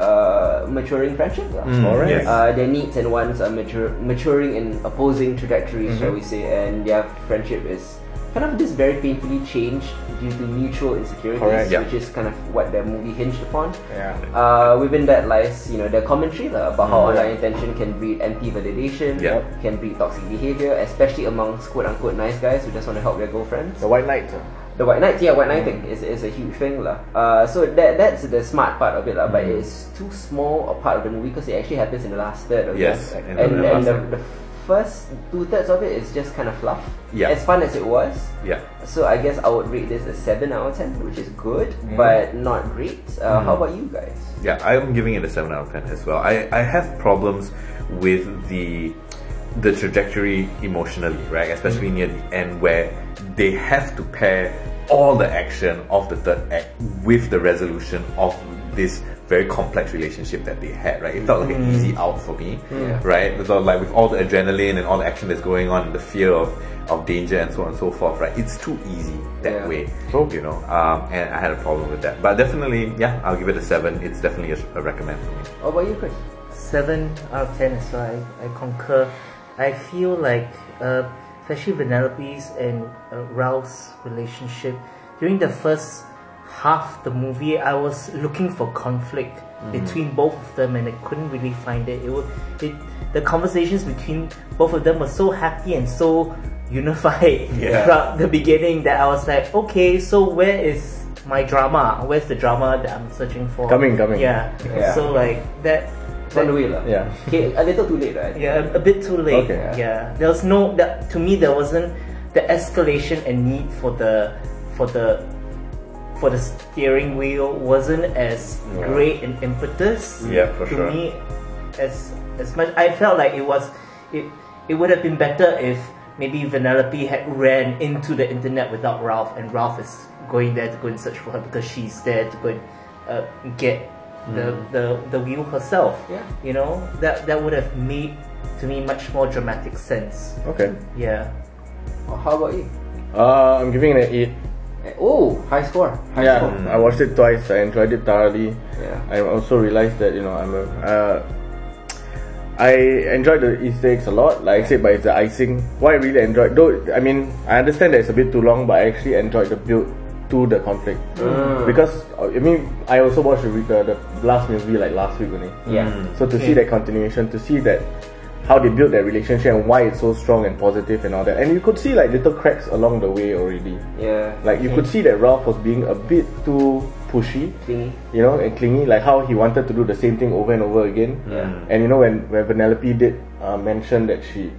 A: uh, maturing friendship. uh,
C: Mm.
B: Alright.
C: yes.
A: Uh, their needs and wants are mature, maturing in opposing trajectories, shall we
C: Mm-hmm.
A: say, and their friendship is kind of just very painfully changed due to mutual insecurities,
B: Correct.
C: Yeah.
A: which is kind of what the movie hinged upon.
B: Yeah.
A: Uh, within that lies, you know, the commentary lah about how online attention can breed empty validation,
C: Mm-hmm. Yeah.
A: can breed toxic behavior, especially amongst quote unquote nice guys who just want to help their girlfriends.
B: The White Knight.
A: The white knights, yeah, white knight thing is, is a huge thing lah. Uh, so that that's the smart part of it lah, but it's too small a part of the movie because it actually happens in the last third of
C: Yes,
A: it.
C: in
A: and
C: the
A: and,
C: last
A: the, the first two thirds of it is just kind of fluff.
C: Yeah.
A: as fun as it was.
C: Yeah.
A: So I guess I would rate this a seven out of ten, which is good, but not great. Uh, How about you guys?
C: Yeah, I'm giving it a seven out of ten as well. I, I have problems with the the trajectory emotionally, right? Especially
A: Mm-hmm.
C: near the end where they have to pair all the action of the third act with the resolution of this very complex relationship that they had, right? It felt like an easy out for me,
A: Mm-hmm. Yeah.
C: right? So like with all the adrenaline and all the action that's going on, the fear of, of danger and so on and so forth, right? It's too easy that
A: Yeah.
C: way
B: Cool.
C: you know um, and i had a problem with that but definitely yeah i'll give it a seven it's definitely a, a recommend for me
A: How about you, Chris?
D: seven out of ten as well. I, I concur. I feel like, uh, especially Penelope's and uh, Ralph's relationship during the first half the movie, I was looking for conflict between both of them, and I couldn't really find it. It, wa- it the conversations between both of them were so happy and so unified
C: Yeah.
D: throughout the beginning that I was like, okay, so where is my drama? Where's the drama that I'm searching for?
B: Coming, coming.
D: Yeah.
A: Yeah.
D: So like that.
A: It's on the way lah.
B: Yeah.
A: Okay, a little too late, right?
D: Yeah, a, a bit too late.
B: Okay.
D: Yeah, there was no that to me there wasn't the escalation and need for the for the for the steering wheel wasn't as
C: Yeah.
D: great an impetus
C: Yeah, for
D: to
C: sure.
D: me as as much I felt like it was it it would have been better if maybe Vanellope had ran into the internet without Ralph and Ralph is going there to go and search for her because she's there to go and uh, get the, the the wheel herself.
A: Yeah.
D: You know? That that would have made to me much more dramatic sense.
B: Okay.
D: Yeah.
A: How about you?
B: Uh, I'm giving it an eight.
A: Eh, Oh, high score. High
B: yeah,
A: score.
B: I watched it twice. I enjoyed it thoroughly.
A: Yeah.
B: I also realized that you know I'm a. Uh, I enjoyed the Easter eggs a lot, like I said, but it's the icing. What I really enjoyed, though, I mean, I understand that it's a bit too long, but I actually enjoyed the build to the conflict because uh, I mean, I also watched the, re- the, the last movie like last week only.
A: Yeah.
B: So to see that continuation, to see that how they built that relationship and why it's so strong and positive and all that, and you could see like little cracks along the way already.
A: Yeah.
B: Like you could see that Ralph was being a bit too pushy,
A: Clingy.
B: you know, and clingy. Like how he wanted to do the same thing over and over again. And you know when when Penelope did uh, mention that she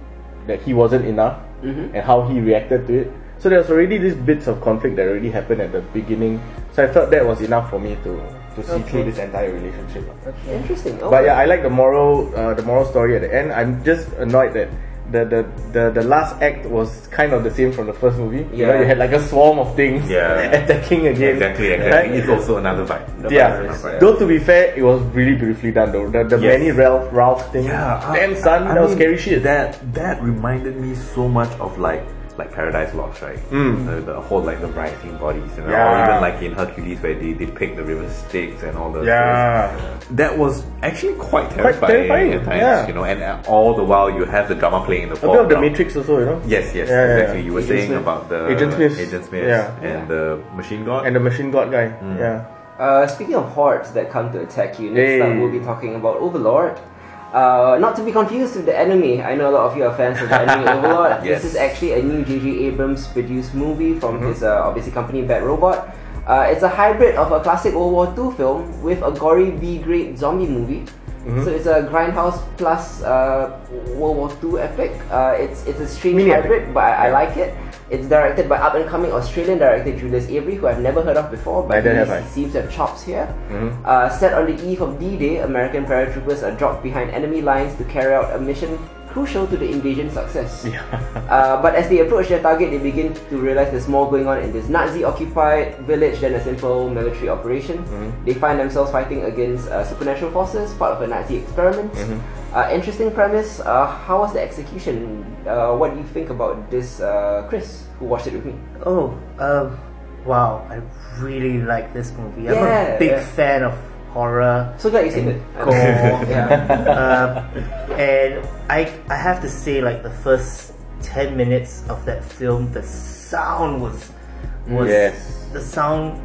B: that he wasn't enough
C: Mm-hmm.
B: and how he reacted to it. So there's already these bits of conflict that already happened at the beginning. So I felt that was enough for me to to see through this entire relationship.
A: Interesting. Oh,
B: But yeah, I like the moral, uh, the moral story at the end. I'm just annoyed that the the, the the last act was kind of the same from the first movie. You know,
A: Yeah.
B: you had like a swarm of things
C: Yeah.
B: attacking again.
C: Exactly,
B: Right?
C: exactly. It's also another vibe.
B: yeah.
C: Another vibe.
B: Though to be fair, it was really beautifully done. Though the, the
C: Yes.
B: many Ralph Ralph thing.
C: Yeah, uh,
B: Damn son, that was
C: mean,
B: scary shit.
C: That that reminded me so much of like like Paradise Lost, right? The, the whole like the rising bodies, you know,
B: Mm. Yeah.
C: or even like in Hercules where they depict the river Styx and all the
B: yeah.
C: That was actually quite
B: Quite
C: terrifying,
B: terrifying,
C: at times,
B: yeah.
C: you know. And uh, all the while you have the drama playing in the
B: A bit of the
C: foreground.
B: Matrix also, you know.
C: Yes,
B: Yeah,
C: yes,
B: yeah, yeah.
C: exactly. You were
B: Agent
C: saying
B: Smith.
C: about the
B: Agent Smith.
C: Agent Smith
B: Yeah.
C: and the machine god.
B: And the machine god guy.
C: Mm.
B: Yeah.
A: Uh, speaking of hordes that come to attack you, next
B: Hey.
A: time we'll be talking about Overlord. Uh, not to be confused with the enemy. I know a lot of you are fans of the enemy Overlord.
C: Yes.
A: This is actually a new J.J. Abrams produced movie from
B: Mm-hmm.
A: his uh, obviously company Bad Robot. Uh, it's a hybrid of a classic World War II film with a gory B-grade zombie movie.
B: Mm-hmm.
A: So it's a grindhouse plus uh, World War II epic. Uh, it's it's a strange
B: Mini epic.
A: hybrid but I, I like it. It's directed by up and coming Australian director Julius Avery, who I've never heard of before, but
B: Neither
A: he
B: have I. Mm-hmm.
A: seems to have chops here. Uh, set on the eve of D-Day, American paratroopers are dropped behind enemy lines to carry out a mission crucial to the invasion's success. Uh, but as they approach their target, they begin to realize there's more going on in this Nazi-occupied village than a simple military operation.
B: Mm-hmm.
A: They find themselves fighting against uh, supernatural forces, part of a Nazi experiment.
B: Mm-hmm.
A: Uh, interesting premise. Uh, how was the execution? Uh, what do you think about this, uh, Chris, who watched it with me?
D: Oh, um, wow! I really like this movie. I'm
A: Yeah,
D: a big
A: yeah.
D: fan of horror.
A: So glad you seen
D: and
A: it.
D: gore.
A: yeah.
D: Um, and I, I have to say, like the first ten minutes of that film, the sound was, was
B: Yes.
D: the sound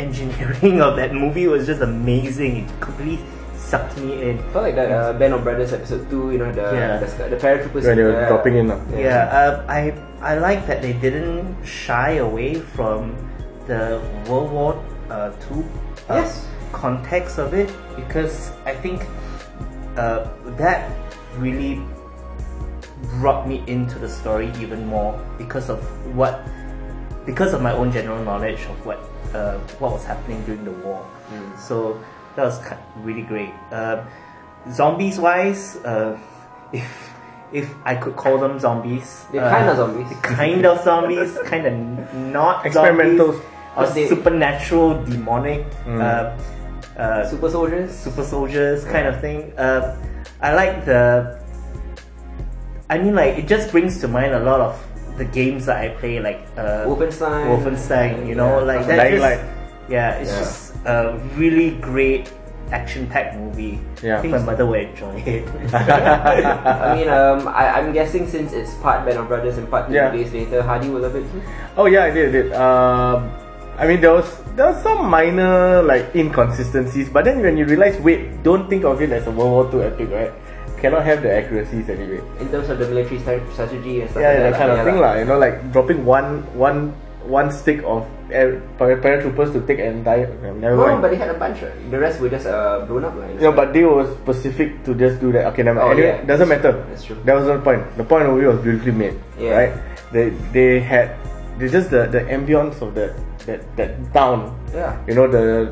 D: engineering of that movie was just amazing. It completely sucked me in.
A: Felt like that uh, Band of Brothers episode 2, you know, the,
D: Yeah.
A: the, sc- the paratroopers.
B: When they were
A: uh,
B: dropping in. Uh,
D: Yeah, uh, I I like that they didn't shy away from the World War uh, Two uh,
A: Yes.
D: context of it because I think uh, that really brought me into the story even more because of what because of my own general knowledge of what uh, what was happening during the war.
A: Mm.
D: So that was ki- really great. Um zombies wise, uh, if if I could call them zombies, uh,
A: They're
B: Uh,
A: kinda zombies.
D: kind of zombies, kind of not
B: Experimental.
D: zombies, or
A: They- Mm.
D: supernatural, demonic. Uh, uh,
A: Super soldiers.
D: super soldiers kind of thing. Uh, I like the. I mean, like it just brings to mind a lot of the games that I play, like uh,
A: Wolfenstein.
D: Wolfenstein, you know,
A: Yeah.
D: like that.
B: Dying
D: just-
B: Light.
D: Yeah, it's
A: Yeah.
D: just a really great action-packed movie.
B: Yeah.
D: I think my mother will enjoy it.
A: I mean, um, I, I'm guessing since it's part Band of Brothers and part two
B: Yeah.
A: days later, Hardy will love it too.
B: Oh yeah, I did. I did. Um, I mean, there was there was some minor like inconsistencies, but then when you realize, wait, don't think of it as a World War II epic, right? Cannot have the accuracies anyway.
A: In terms of the military stra- strategy and stuff
B: Yeah,
A: like
B: yeah,
A: that.
B: that kind of
A: yeah
B: thing
A: lah.
B: lah. You know, like dropping one one one stick of air, para- paratroopers to take an entire. Never
A: No,
B: mind.
A: but they had a bunch, right? The rest were just uh, blown up. Like,
B: Yeah, but they were specific to just do that. Okay, never mind.
A: Oh,
B: anyway,
A: yeah.
B: doesn't matter.
A: That's true.
B: That was not the point. The point of the movie was beautifully made.
A: Yeah.
B: Right? They they had they just the, the ambience of that that that town.
A: Yeah.
B: You know the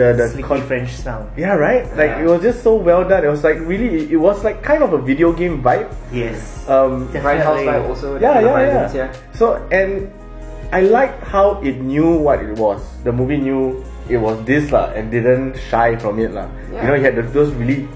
B: the the
D: Sleepy
B: con-
D: French sound.
B: yeah right. Like
A: Yeah.
B: it was just so well done. It was like really it- it was like kind of a video game vibe.
D: Yes.
B: Um,
A: Bright House
D: Definitely.
A: Vibe also.
B: yeah,
A: the
B: yeah, yeah.
A: violence,
B: So and I liked how it knew what it was. The movie knew it was this lah, and didn't shy from it lah. You
A: Yeah.
B: know, he had the, those really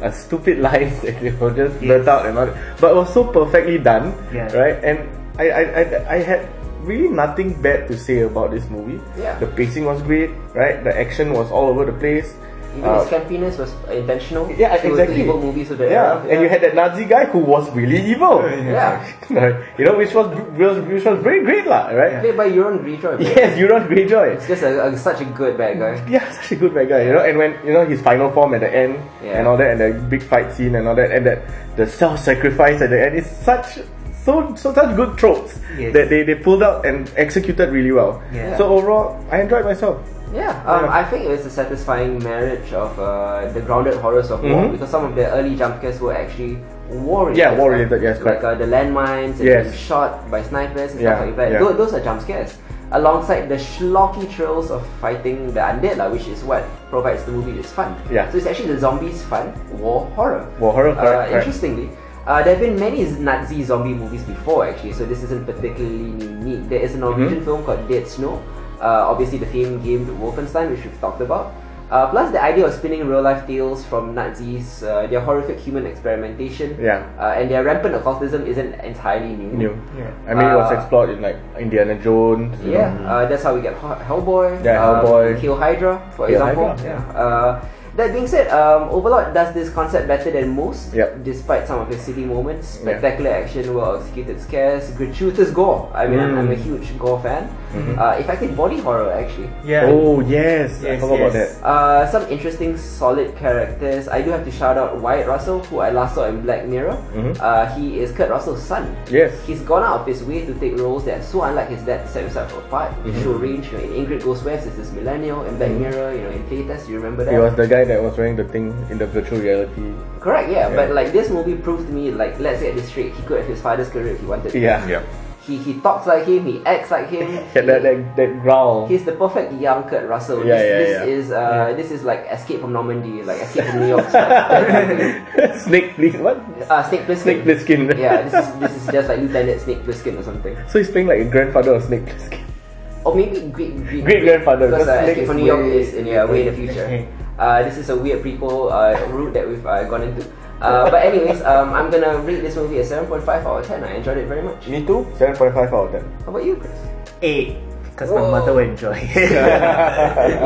B: uh, stupid lines that they were just blurt
D: Yes.
B: out and all, that. but it was so perfectly done,
D: Yeah.
B: right? And I, I, I, I had really nothing bad to say about this movie.
A: Yeah.
B: The pacing was great, right? The action was all over the place.
A: Even
B: Uh,
A: his campiness was intentional.
B: yeah,
A: to,
B: exactly.
A: To evoke movies of the era.
B: yeah. and you had that Nazi guy who was really evil.
A: Yeah.
B: Right. you know, which was which was very great lah, right?
A: Played by Euron Greyjoy. bro.
B: Yes, Euron Greyjoy.
A: It's just a, a, such a good bad guy.
B: Yeah, such a good bad guy, you know. And when you know his final form at the end
A: Yeah.
B: and all that, and the big fight scene and all that, and that the self-sacrifice at the end is such so so such good tropes
D: Yes.
B: that they, they pulled out and executed really well.
D: Yeah.
B: So overall, I enjoyed myself.
A: Yeah, um,
B: Yeah.
A: I think it was a satisfying marriage of uh, the grounded horrors of war
B: Mhm.
A: because some of the early jump scares were actually war related.
B: Yeah, war related, yes,
A: like
B: correct.
A: uh, the landmines and
B: Yes.
A: being shot by snipers and
B: Yeah,
A: stuff like that.
B: yeah.
A: Tho- Those, are jump scares. Alongside the schlocky thrills of fighting the undead, lah, which is what provides the movie its fun.
B: Yeah.
A: So it's actually the zombies' fun, war horror.
B: War horror,
A: Uh,
B: correct, correct.
A: Interestingly, uh, there have been many Nazi zombie movies before, actually, so this isn't particularly unique. There is a
B: Mm-hmm.
A: Norwegian film called Dead Snow, uh, obviously the famed game Wolfenstein, which we've talked about. Uh, plus, the idea of spinning real life tales from Nazis, uh, their horrific human experimentation,
B: Yeah.
A: uh, and their rampant occultism isn't entirely new.
B: New.
D: Yeah.
B: I mean, it was
A: Uh,
B: explored in like Indiana Jones. you
A: Yeah, uh, that's how we get Hel- Hellboy.
B: Yeah,
A: um,
B: Hellboy.
A: Kill Hydra, for
B: Kill
A: example.
B: Hydra, yeah.
A: Uh, that being said, um, Overlord does this concept better than most,
B: Yep.
A: despite some of his silly moments.
B: Yeah.
A: Spectacular action, well executed scares, gratuitous gore. I mean, I'm- I'm a
B: Mm.
A: huge gore fan.
B: Mm-hmm.
A: Uh, effective body horror, actually.
D: Yeah.
B: Oh yes,
D: Yes,
B: I forgot about
D: yes.
B: that.
A: Uh, some interesting solid characters. I do have to shout out Wyatt Russell, who I last saw in Black Mirror. Uh, he is Kurt Russell's son.
B: Mm-hmm. Yes.
A: He's gone out of his way to take roles that are so unlike his dad to set himself apart.
B: Mm-hmm.
A: To show range, you know, in Ingrid Goes West is this millennial, in Black Mirror, you know, in Playtest, you remember that?
B: He was the guy that was wearing the thing in the virtual reality.
A: Correct, yeah,
B: Yeah.
A: but like this movie proved to me, like, let's get this straight, he could have his father's career if he wanted to.
B: Yeah.
C: Yeah.
A: He, he talks like him, he acts like him.
B: Yeah, that,
A: he-
B: that, that growl.
A: He's the perfect young Kurt Russell.
B: Yeah,
A: this
B: yeah,
A: this
B: yeah.
A: is uh, this is like Escape from Normandy, like Escape from New York. style.
B: Snake, please. What?
A: Uh, Snake Plissken.
B: Snake Plissken.
A: yeah, this is this is just like Lieutenant Snake Plissken or something.
B: So he's playing like a grandfather of Snake Plissken.
A: Or maybe Great Great,
B: Great-grandfather,
A: Because
B: because
A: uh,
B: Snake
A: Escape from
B: is
A: New York
B: way-
A: is in yeah, way in the future. Uh, this is a weird prequel uh, route that we've uh, gone into. Uh, but anyways, um, I'm gonna rate this movie a 7.5 out of 10. I enjoyed it very much.
B: Me too. 7.5 out of 10.
A: How about you, Chris?
D: Eight. Because
A: Whoa.
D: my mother will enjoy it.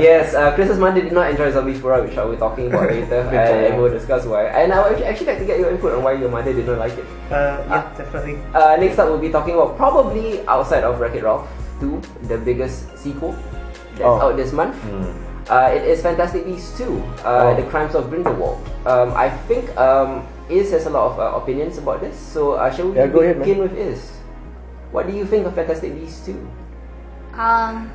A: yes, uh, Chris's mother did not enjoy Zombie Fura, which I will be talking about later, and, and we'll discuss why. And I would actually like to get your input on why your mother did not like it.
D: Uh, yeah, definitely.
A: Uh, next up, we'll be talking about probably outside of Wreck It Ralph 2, the biggest sequel that's
B: Oh.
A: out this month. Uh, it is Fantastic Beasts 2, uh,
B: Oh.
A: The Crimes of Grindelwald. Um, I think um, Iz has a lot of uh, opinions about this, so uh, shall we
B: Yeah, go ahead,
A: begin with Iz? What do you think of Fantastic Beasts 2?
E: Um,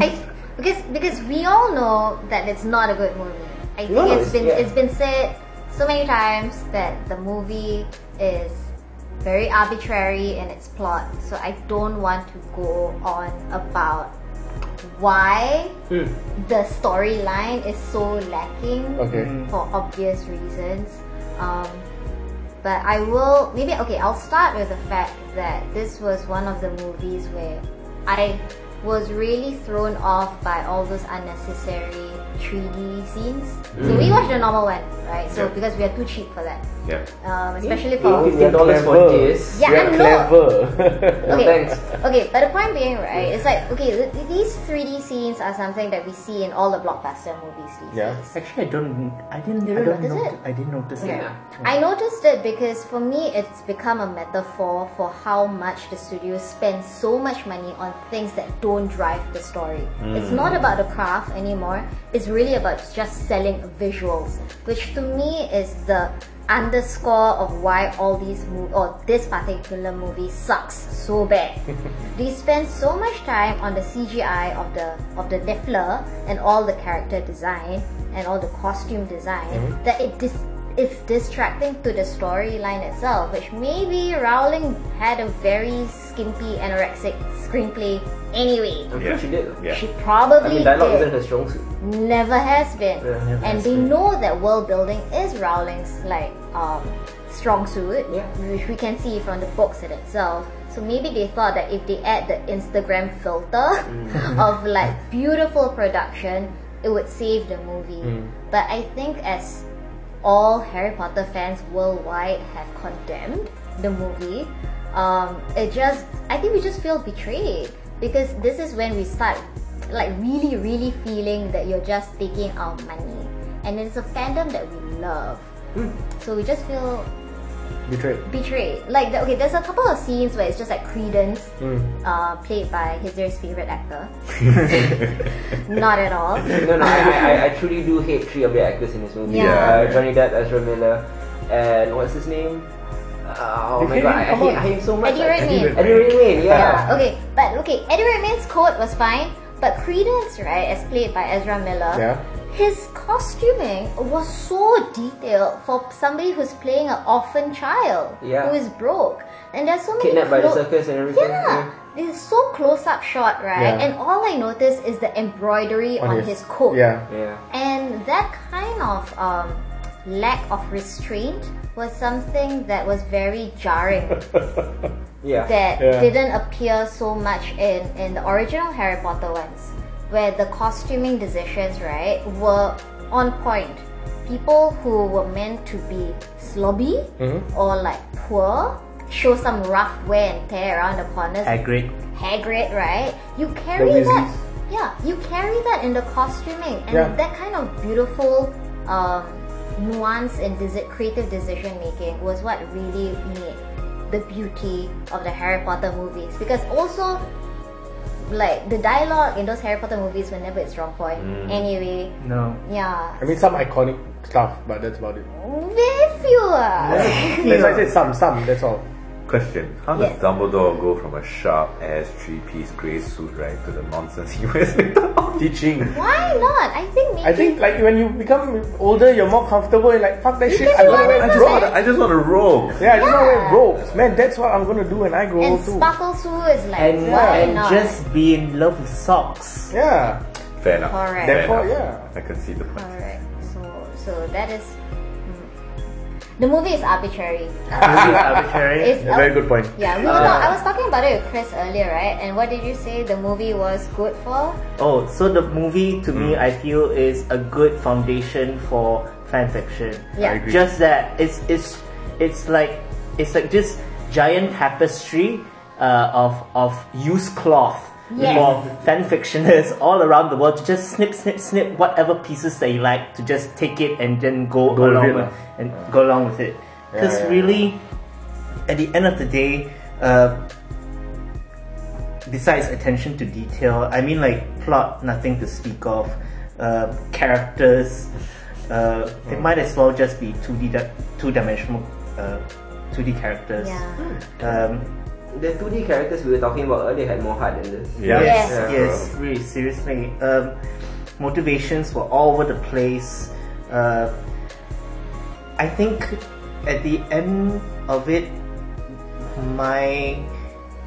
E: I, because because we all know that it's not a good movie. I think
A: No, no, it's-
E: it's been
A: yeah.
E: it's been said so many times that the movie is very arbitrary in its plot. So I don't want to go on about why the storyline is so lacking
B: Okay.
E: for obvious reasons. Um, but I will maybe okay. I'll start with the fact that this was one of the movies where I was really thrown off by all those unnecessary 3D scenes. So we watched the normal one, right? So
C: Yeah.
E: because we are too cheap for that,
C: Yeah.
E: um, especially
A: Oh,
E: for
A: $15 for
B: clever.
A: this.
E: Yeah,
B: we
E: I
B: are
E: know.
B: clever.
A: No,
E: okay,
A: thanks.
E: okay. But the point being, right, it's like okay, th- these 3D scenes are something that we see in all the blockbuster movies these
B: Yeah.
E: days.
D: Actually, I don't. I didn't.
E: I
D: I
E: don't
D: don't
E: notice
D: notice.
E: it.
D: I didn't notice
A: Yeah.
D: it.
E: I noticed it because for me it's become a metaphor for how much the studio spends so much money on things that don't drive the story. It's not about the craft anymore. It's really about just selling visuals, which to me is the underscore of why all these movies or this particular movie sucks so bad. they spend so much time on the CGI of the of the Niffler and all the character design and all the costume design that it dis- it's distracting to the storyline itself, which maybe Rowling had a very skimpy anorexic screenplay anyway.
A: I'm sure
C: Yeah.
A: she did.
C: Yeah.
E: She
A: I mean,
E: probably
A: dialogue isn't
E: did.
A: her strong suit.
E: never has been.
A: Yeah, never
E: and
A: has
E: they know that world building is Rowling's like um, strong suit,
A: Yeah.
E: which we can see from the books in itself. So maybe they thought that if they add the Instagram filter
A: Mm.
E: of like beautiful production, it would save the movie.
A: Mm.
E: But I think as all Harry Potter fans worldwide have condemned the movie. Um, it just, I think we just feel betrayed because this is when we start like really, really feeling that you're just taking our money, and it's a fandom that we love. So we just feel
B: Betrayed.
E: betrayed. Like the, okay, there's a couple of scenes where it's just like Credence, uh, played by his dearest favorite actor. Not at all.
A: No, no, I, I, I- I truly do hate three of the actors in this movie.
E: Yeah.
A: Uh, Johnny Depp, Ezra Miller, and what's his name? Uh, oh
B: You
A: my
B: hate
A: god,
B: him?
A: I, I,
B: Come
A: hate,
B: on.
A: I hate him so much.
E: Eddie Redmayne.
A: Eddie Redmayne, yeah.
E: Yeah, okay. But okay, Eddie Redmayne's coat was fine, but Credence, right, as played by Ezra Miller,
B: Yeah.
E: his costuming was so detailed for somebody who's playing an orphan child
A: Yeah.
E: who is broke. And there's so many
A: Kidnapped by the
E: clo-
A: circus and everything.
E: Yeah. This is so close up shot, right?
B: Yeah.
E: And all I noticed is the embroidery on, his, coat.
B: Yeah.
A: yeah. Yeah.
E: And that kind of um, lack of restraint was something that was very jarring
A: Yeah.
E: that
B: Yeah.
E: didn't appear so much in, in the original Harry Potter ones, where the costuming decisions, right, were on point. People who were meant to be slobby or like poor, show some rough wear and tear around the corners,
D: Hagrid.
E: Hagrid, right? You carry that.
B: Weasleys.
E: Yeah, you carry that in the costuming, and
B: Yeah.
E: that kind of beautiful um, nuance and desi- creative decision making was what really made the beauty of the Harry Potter movies. Because also, like the dialogue in those Harry Potter movies were never its strong point. Anyway,
D: No.
E: yeah,
B: I mean, some iconic stuff, but that's about it.
E: very few. ah.
B: That's why I said some, some, that's all.
C: Question: How does
E: Yes.
C: Dumbledore go from a sharp-ass three-piece grey suit, right, to the nonsense he wears later on?
B: Teaching.
E: Why not? I think maybe.
B: I think like when you become older, you're more comfortable. You're like fuck that shit.
E: guys
B: I'm gonna
E: are
B: wear
C: I
E: That's
C: just want.
E: right.
C: I just want to roll.
B: yeah, I just wanna
E: Yeah.
B: wear robes, man. That's what I'm gonna do when I grow
E: and
B: old too.
E: Sparkle Sue is like,
D: And,
E: why
D: and
E: not?
D: just be in love with socks.
B: Yeah,
C: Fair enough.
E: Correct.
C: Fair
B: Therefore,
C: enough.
B: yeah.
C: I can see the point.
E: Alright, so so that is mm. the movie is arbitrary.
D: Really arbitrary.
E: It's
B: a very good point.
E: Yeah, we were not, I was talking about it with Chris earlier, right? And what did you say the movie was good for?
D: Oh, so the movie to
B: Hmm.
D: me, I feel is a good foundation for fan fiction.
E: Yeah. I agree.
D: Just that it's it's it's like it's like this giant tapestry uh, of of used cloth
E: Yes.
D: for fan fictioners all around the world to just snip snip snip whatever pieces they like to just take it and then go,
B: Go with
D: along
B: it,
D: with, and go along with it. Because
B: yeah, yeah.
D: really, at the end of the day. Uh, besides attention to detail, I mean like plot, nothing to speak of. Uh, characters, uh, it might as well just be two D two dimensional uh, two D characters.
E: Yeah.
D: Um,
A: The 2D characters we were talking about earlier had more heart in this.
C: Yeah.
E: Yes.
D: yes, yes, really seriously. Um, motivations were all over the place. Uh, I think at the end of it, my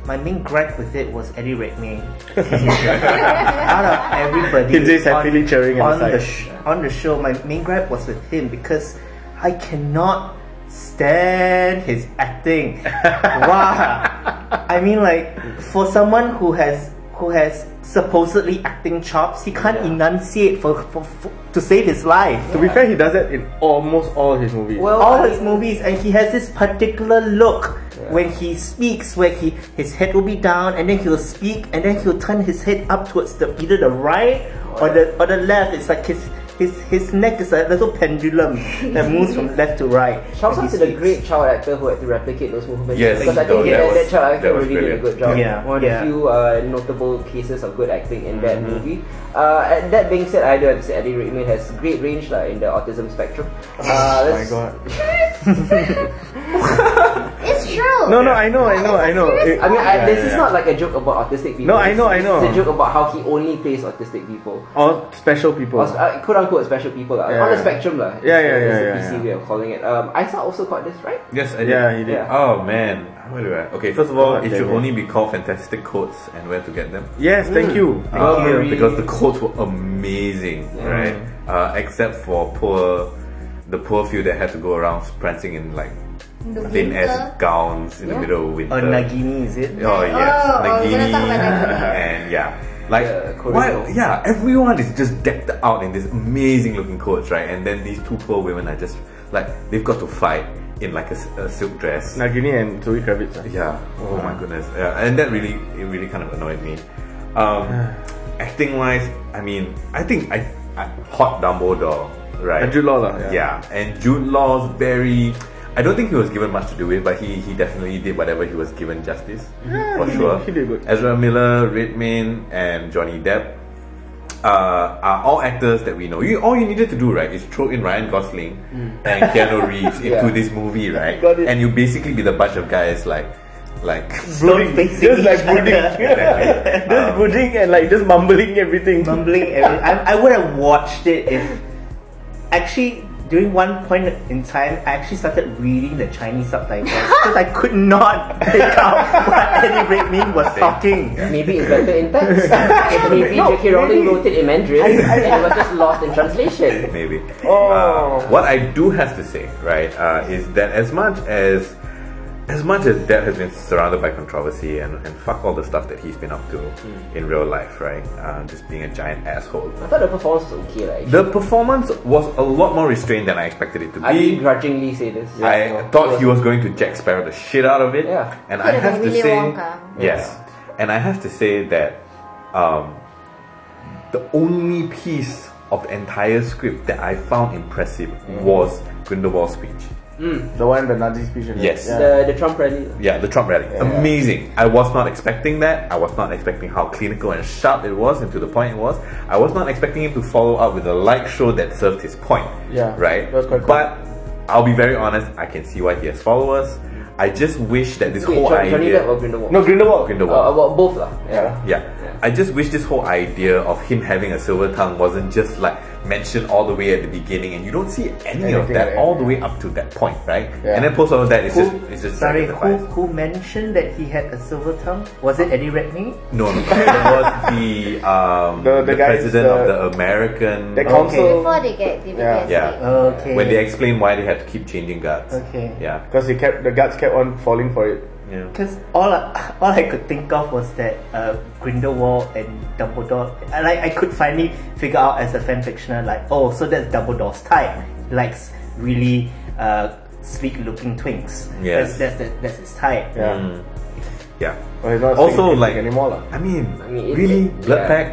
D: my main gripe with it was Eddie Redmayne. Out of everybody,
B: Him just happily
D: on,
B: cheering at
D: on
B: the
D: the sh-
B: side.
D: on the show, my main gripe was with him because I cannot stand his acting. wow, I mean, like for someone who has who has supposedly acting chops, he can't enunciate for, for, for to save his life
B: To be fair, he does that in almost all his movies.
A: Well, Oh,
D: all
A: I
D: his
A: mean,
D: movies, and he has this particular look when he speaks, where he his head will be down, and then he'll speak, and then he'll turn his head up towards the either the right or the or the left. It's like his his his neck is a little pendulum that moves from left to right.
A: Shouts
D: when
A: out to
D: he
A: the
D: speaks.
A: great child actor who had to replicate those movements.
C: Yes,
A: because I
C: no,
A: think
C: that
A: that,
C: was-
A: that child actor
C: that was
A: really did a good
C: brilliant.
A: job.
D: Yeah,
A: One of
D: yeah.
A: the few uh, notable cases of good acting in
C: Mm-hmm.
A: that movie. Uh, and that being said, I do have to say Eddie Redmayne has great range like, in the autism spectrum. Uh,
B: oh my
A: that's-
B: god.
E: It's true.
B: No, no, I know, I know, I know. It-
A: I mean, I,
C: Yeah,
A: this
C: yeah,
A: is
C: yeah.
A: not like a joke about autistic people.
B: No, I know, I
A: It's- It's
B: know.
A: a joke about how he only plays autistic people.
B: All special people.
A: Or, uh, quote unquote special people lah.
B: Yeah,
A: on the
B: yeah.
A: spectrum lah.
B: Yeah, yeah,
A: It's
B: yeah,
A: a
B: yeah,
A: PC
B: yeah.
A: way of calling it. Um, Isaac also caught this, right?
C: Yes, I did.
B: Yeah, he did.
A: Yeah.
C: Oh man, where do I? Okay, first of all,
B: God
C: it
B: damn
C: should
B: it.
C: only be called Fantastic Codes and where to get them.
B: Yes, Mm. thank you.
C: Uh,
A: Burberry.
C: because the codes were amazing, right? Uh, except for poor, the poor few that had to go around prancing in like
E: The
C: thin
E: winter.
C: ass gowns in
A: Yeah.
C: the middle of winter.
D: Oh, Nagini, is it?
C: Oh
E: Oh, oh,
C: yes, the
E: we're gonna
C: Guinea
E: talk about Nagini.
C: and yeah, like
A: Yeah, Korean
C: why?
A: girls.
C: Yeah, everyone is just decked out in this amazing looking coats, right? And then these two poor women are just like they've got to fight in like a, s- a silk dress.
B: Nagini and Zoe Kravitz. ah.
C: Yeah. Oh my goodness. Yeah, and that really, it really kind of annoyed me. Um, acting wise, I mean, I think I, I hot Dumbledore, right?
B: And Jude Law lah, yeah.
C: Uh, yeah. And Jude Law's very. I don't think he was given much to do with, but he, he definitely did whatever he was given justice for
B: he
C: sure.
B: did- he did good.
C: Ezra Miller, Redmayne, and Johnny Depp uh, are all actors that we know. You, all you needed to do, right, is throw in Ryan Gosling and Keanu Reeves into
A: Yeah.
C: this movie, right?
B: Mm. Got it.
C: And you basically be the bunch of guys like, like.
D: Slowly facing
B: just like
D: each
B: pudding.
D: other.
C: Exactly.
B: just
C: Um,
B: pudding and like just mumbling everything.
D: mumbling. Every, I, I would have watched it if actually during one point in time I actually started reading the Chinese subtitles because I could not pick out what Eddie Redmayne was talking.
A: Maybe it's better in text. maybe
B: No,
A: J.K. Rowling
B: maybe.
A: wrote it in Mandarin and it was just lost in translation.
C: maybe.
B: Oh.
C: Uh, what I do have to say, right, uh, is that as much as as much as Depp has been surrounded by controversy and, and fuck all the stuff that he's been up to in real life, right? Uh, just being a giant asshole.
A: I thought the performance was okay, like.
C: The performance was a lot more restrained than I expected it to be.
A: I begrudgingly say this.
C: I thought he was going to Jack Sparrow the shit out of it.
A: Yeah.
C: And
E: Could
C: I
E: have
C: have
E: been
C: to
E: Willy
C: say,
E: Wonka.
C: yes. And I have to say that um, the only piece of the entire script that I found impressive was Grindelwald's speech.
B: The one the Nazi speech. and-
C: Yes.
B: Yeah.
A: the, the Trump rally.
C: Yeah, the Trump rally. Amazing. I was not expecting that. I was not expecting how clinical and sharp it was and to the point it was. I was not expecting him to follow up with a light show that served his point.
B: Yeah,
C: Right?
B: that was quite cool.
C: But I'll be very honest, I can see why he has followers. I just wish that this
A: Wait,
C: whole
A: Johnny, Johnny
C: idea
A: Depp or Grindelwald?
B: No, Grindelwald.
A: Uh,
C: Grindelwald.
A: well, both lah.
B: Yeah.
C: yeah. I just wish this whole idea of him having a silver tongue wasn't just like mentioned all the way at the beginning and you don't see any of
B: Anything
C: that
B: like that,
C: all the way up to that point, right?
B: Yeah.
C: And then post all of that it's
D: Who,
C: just it's just
D: sorry, who,
C: sacrificed.
D: who mentioned that he had a silver tongue? Was it Eddie Redmayne?
C: No, no, no. There was the um,
B: The- uh,
C: the,
B: the guy is
C: president
B: the-
C: of the American.
B: The
D: com-
B: council.
E: Before they get the
B: Yeah.
C: yeah.
D: Okay.
C: When they explain why they had to keep changing guards.
D: Okay.
C: Yeah.
B: Because he kept the guards kept on falling for it.
C: Yeah.
D: Because all I, all I could think of was that uh, Grindelwald and Dumbledore. I, like I could finally figure out as a fan fictioner, like oh, so that's Dumbledore's type. He likes really uh, sleek looking twinks.
C: Yes.
D: that's that's, the, that's his type.
B: Yeah.
C: Yeah.
B: Well, he's not
C: also,
B: saying
C: like,
B: anything anymore, lah.
C: I mean,
A: I mean, it-
C: really,
A: it-
C: blood
A: yeah.
C: pack,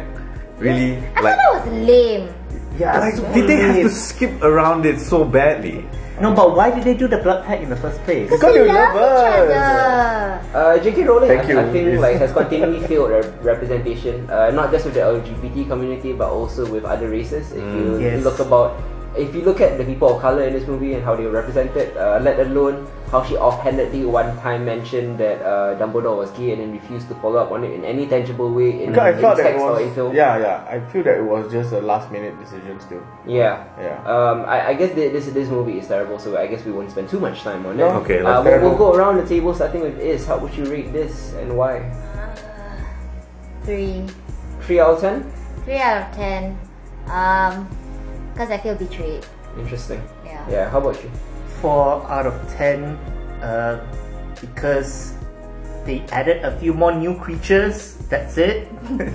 C: really.
E: I
C: Like,
E: thought that was lame.
D: yeah
C: like,
D: so
C: did they have to
D: weird.
C: skip around it so badly?
D: No, but why did they do the blood pact in the first place?
B: Because
E: we
B: you
E: love
B: love us.
E: each other.
A: Uh, J.K. Rowling, I,
B: Thank you.
A: I think,
B: Yes.
A: like has continually failed re- representation, uh, not just with the LGBT community, but also with other races. If
B: Mm.
A: you
D: Yes.
A: look about, if you look at the people of color in this movie and how they were represented, uh, let alone how she offhandedly one time mentioned that uh, Dumbledore was gay and then refused to follow up on it in any tangible way in,
B: Because I
A: in
B: felt that it
A: text or in
B: was.
A: film.
B: Yeah, yeah. I feel that it was just a last minute decision still.
A: Yeah.
B: Yeah.
A: Um, I, I guess thi- this this movie is terrible, so I guess we won't spend too much time on it.
B: No.
C: Okay,
A: Uh,
C: let's-
A: we'll, we'll go around the table starting with Is. How would you rate this and why?
E: Uh, Three.
A: Three out of ten.
E: Three out of ten. Um, because I feel betrayed.
A: Interesting.
E: Yeah.
A: Yeah. How about you?
D: four out of ten uh, because they added a few more new creatures. That's it.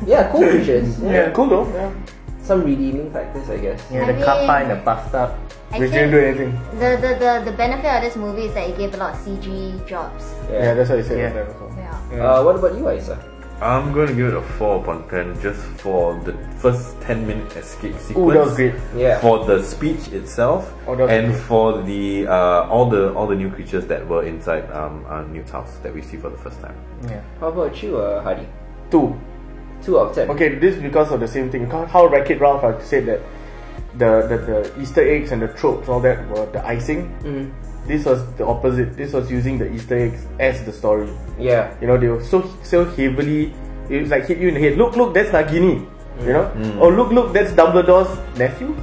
A: Yeah, cool creatures. Yeah.
B: Cool though. Yeah.
A: Some redeeming factors, I guess.
D: yeah,
E: I
D: the kappa in
E: mean-
D: the bathtub.
E: I
B: Which
E: think
B: didn't do anything.
E: The, the, the, the benefit of this movie is that it gave a lot of CG jobs.
B: Yeah, that's what he said.
D: Yeah.
B: that also.
E: Yeah.
A: Uh, what about you, Isa?
C: I'm going to give it a 4 upon 10 just for the first 10 minute escape sequence.
B: Ooh, that was great.
A: Yeah.
C: For the speech itself
B: Oh, that was
C: and
B: great.
C: for the uh, all the all the new creatures that were inside um, uh, Newt's house that we see for the first time.
D: Yeah.
A: How about you, uh, Hardy?
B: Two.
A: Two out of ten.
B: Okay, this is because of the same thing. Because How Wreck-It Ralph had said that the, the, the Easter eggs and the tropes, all that were the icing.
A: Mhm.
B: This was the opposite. This was using the Easter eggs as the story.
A: Yeah.
B: You know, they were so so heavily. It was like hit you in the head. Look, look, that's Nagini. You know, oh look, look, that's Dumbledore's nephew.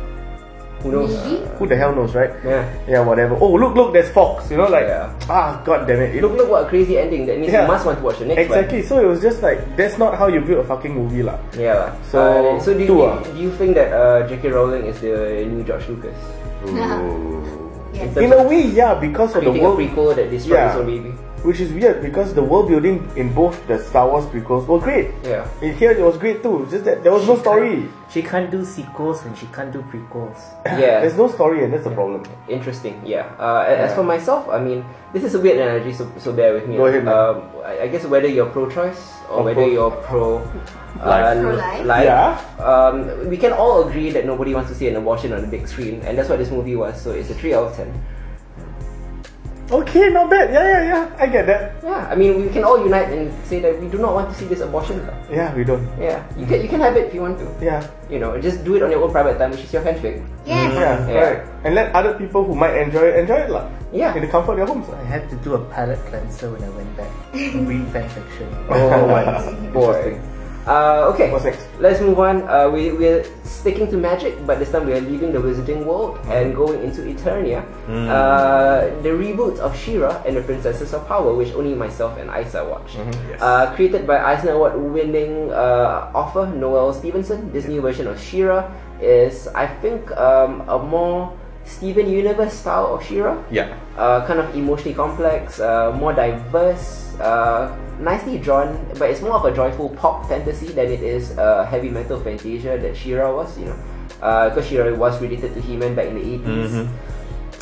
A: Who knows?
E: Maybe?
B: Who the hell knows, right?
A: Yeah.
B: Yeah, whatever. Oh look, look, that's Fox. You know, like
A: Yeah.
B: ah, god damn it. it
A: Look, look what a crazy ending. That means
B: Yeah.
A: you must want to watch the next
B: exactly. So it was just like that's not how you build a fucking movie, lah.
A: one. Yeah. lah.
B: So,
A: Uh, so do you,
B: two ah.
A: do you think that uh, J.K. Rowling is the new George Lucas?
C: Ooh.
E: Yes.
A: That's
B: In a way, yeah, because of the
A: Creating a
B: world
A: prequel that destroys
B: Yeah.
A: his own baby.
B: Which is weird because the world building in both the Star Wars prequels were great.
A: Yeah.
B: In here it was great too. Just that there was no story.
D: She can't do sequels and she can't do prequels.
A: Yeah.
B: There's no story and that's the problem.
A: Interesting, yeah. Uh, a- As for myself, I mean, this is a weird analogy, so, so bear with me.
B: Go ahead, man.
A: Um, I, I guess whether you're pro-choice or
B: Or
A: whether
B: pro-
A: you're pro uh,
C: Life.
E: Pro-life.
A: life,
B: Yeah.
A: um, we can all agree that nobody wants to see an abortion on the big screen, and that's what this movie was. So it's a three out of ten.
B: Okay, not bad. Yeah, yeah, yeah. I get that.
A: Yeah, I mean, we can all unite and say that we do not want to see this abortion.
B: Yeah, we don't.
A: Yeah, you can you can have it if you want to.
B: Yeah.
A: You know, just do it on your own private time, which is your handshake.
E: Yes.
B: Yeah,
A: Yeah.
B: right. And let other people who might enjoy it enjoy it lah.
A: Yeah.
B: In the comfort of their homes. lah.
D: I had to do a palate cleanser when I went back to read fan fiction.
A: Oh my boy.
B: Interesting.
A: Uh, okay.
B: What's next?
A: Let's move on. Uh, we, we're sticking to magic, but this time we are leaving the Wizarding World and going into Eternia. Uh, the reboot of Shira and the Princesses of Power, which only myself and Isa watched.
C: Yes.
A: Uh, created by Eisner Award winning uh, author Noel Stevenson, this new version of Shira is, I think, um, a more Steven Universe style of Shira
C: Yeah.
A: uh, kind of emotionally complex, uh, more diverse, uh, nicely drawn, but it's more of a joyful pop fantasy than it is uh, heavy metal fantasia that Shira was, you know, because Shira was related to He-Man back in the 80s.
C: Mm-hmm.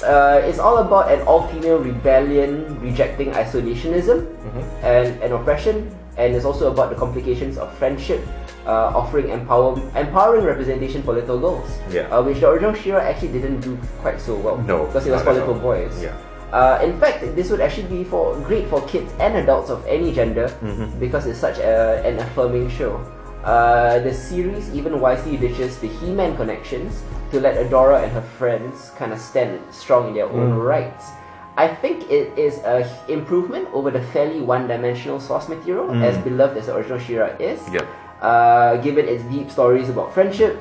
A: Uh, it's all about an all-female rebellion rejecting isolationism
C: Mm-hmm.
A: and, and oppression, and it's also about the complications of friendship, uh, offering empower, empowering representation for little girls,
C: Yeah.
A: uh, which the original Shira actually didn't do quite so well
C: No,
A: because it was
C: not
A: for
C: at
A: little
C: all.
A: boys.
C: Yeah.
A: Uh, in fact, this would actually be for great for kids and adults of any gender
C: Mm-hmm.
A: because it's such a, an affirming show. Uh, the series even wisely ditches the He-Man connections to let Adora and her friends kind of stand strong in their own
C: Mm.
A: rights. I think it is a h- improvement over the fairly one-dimensional source material, as beloved as the original Shira is
C: Mm. Yep.
A: uh, given its deep stories about friendship.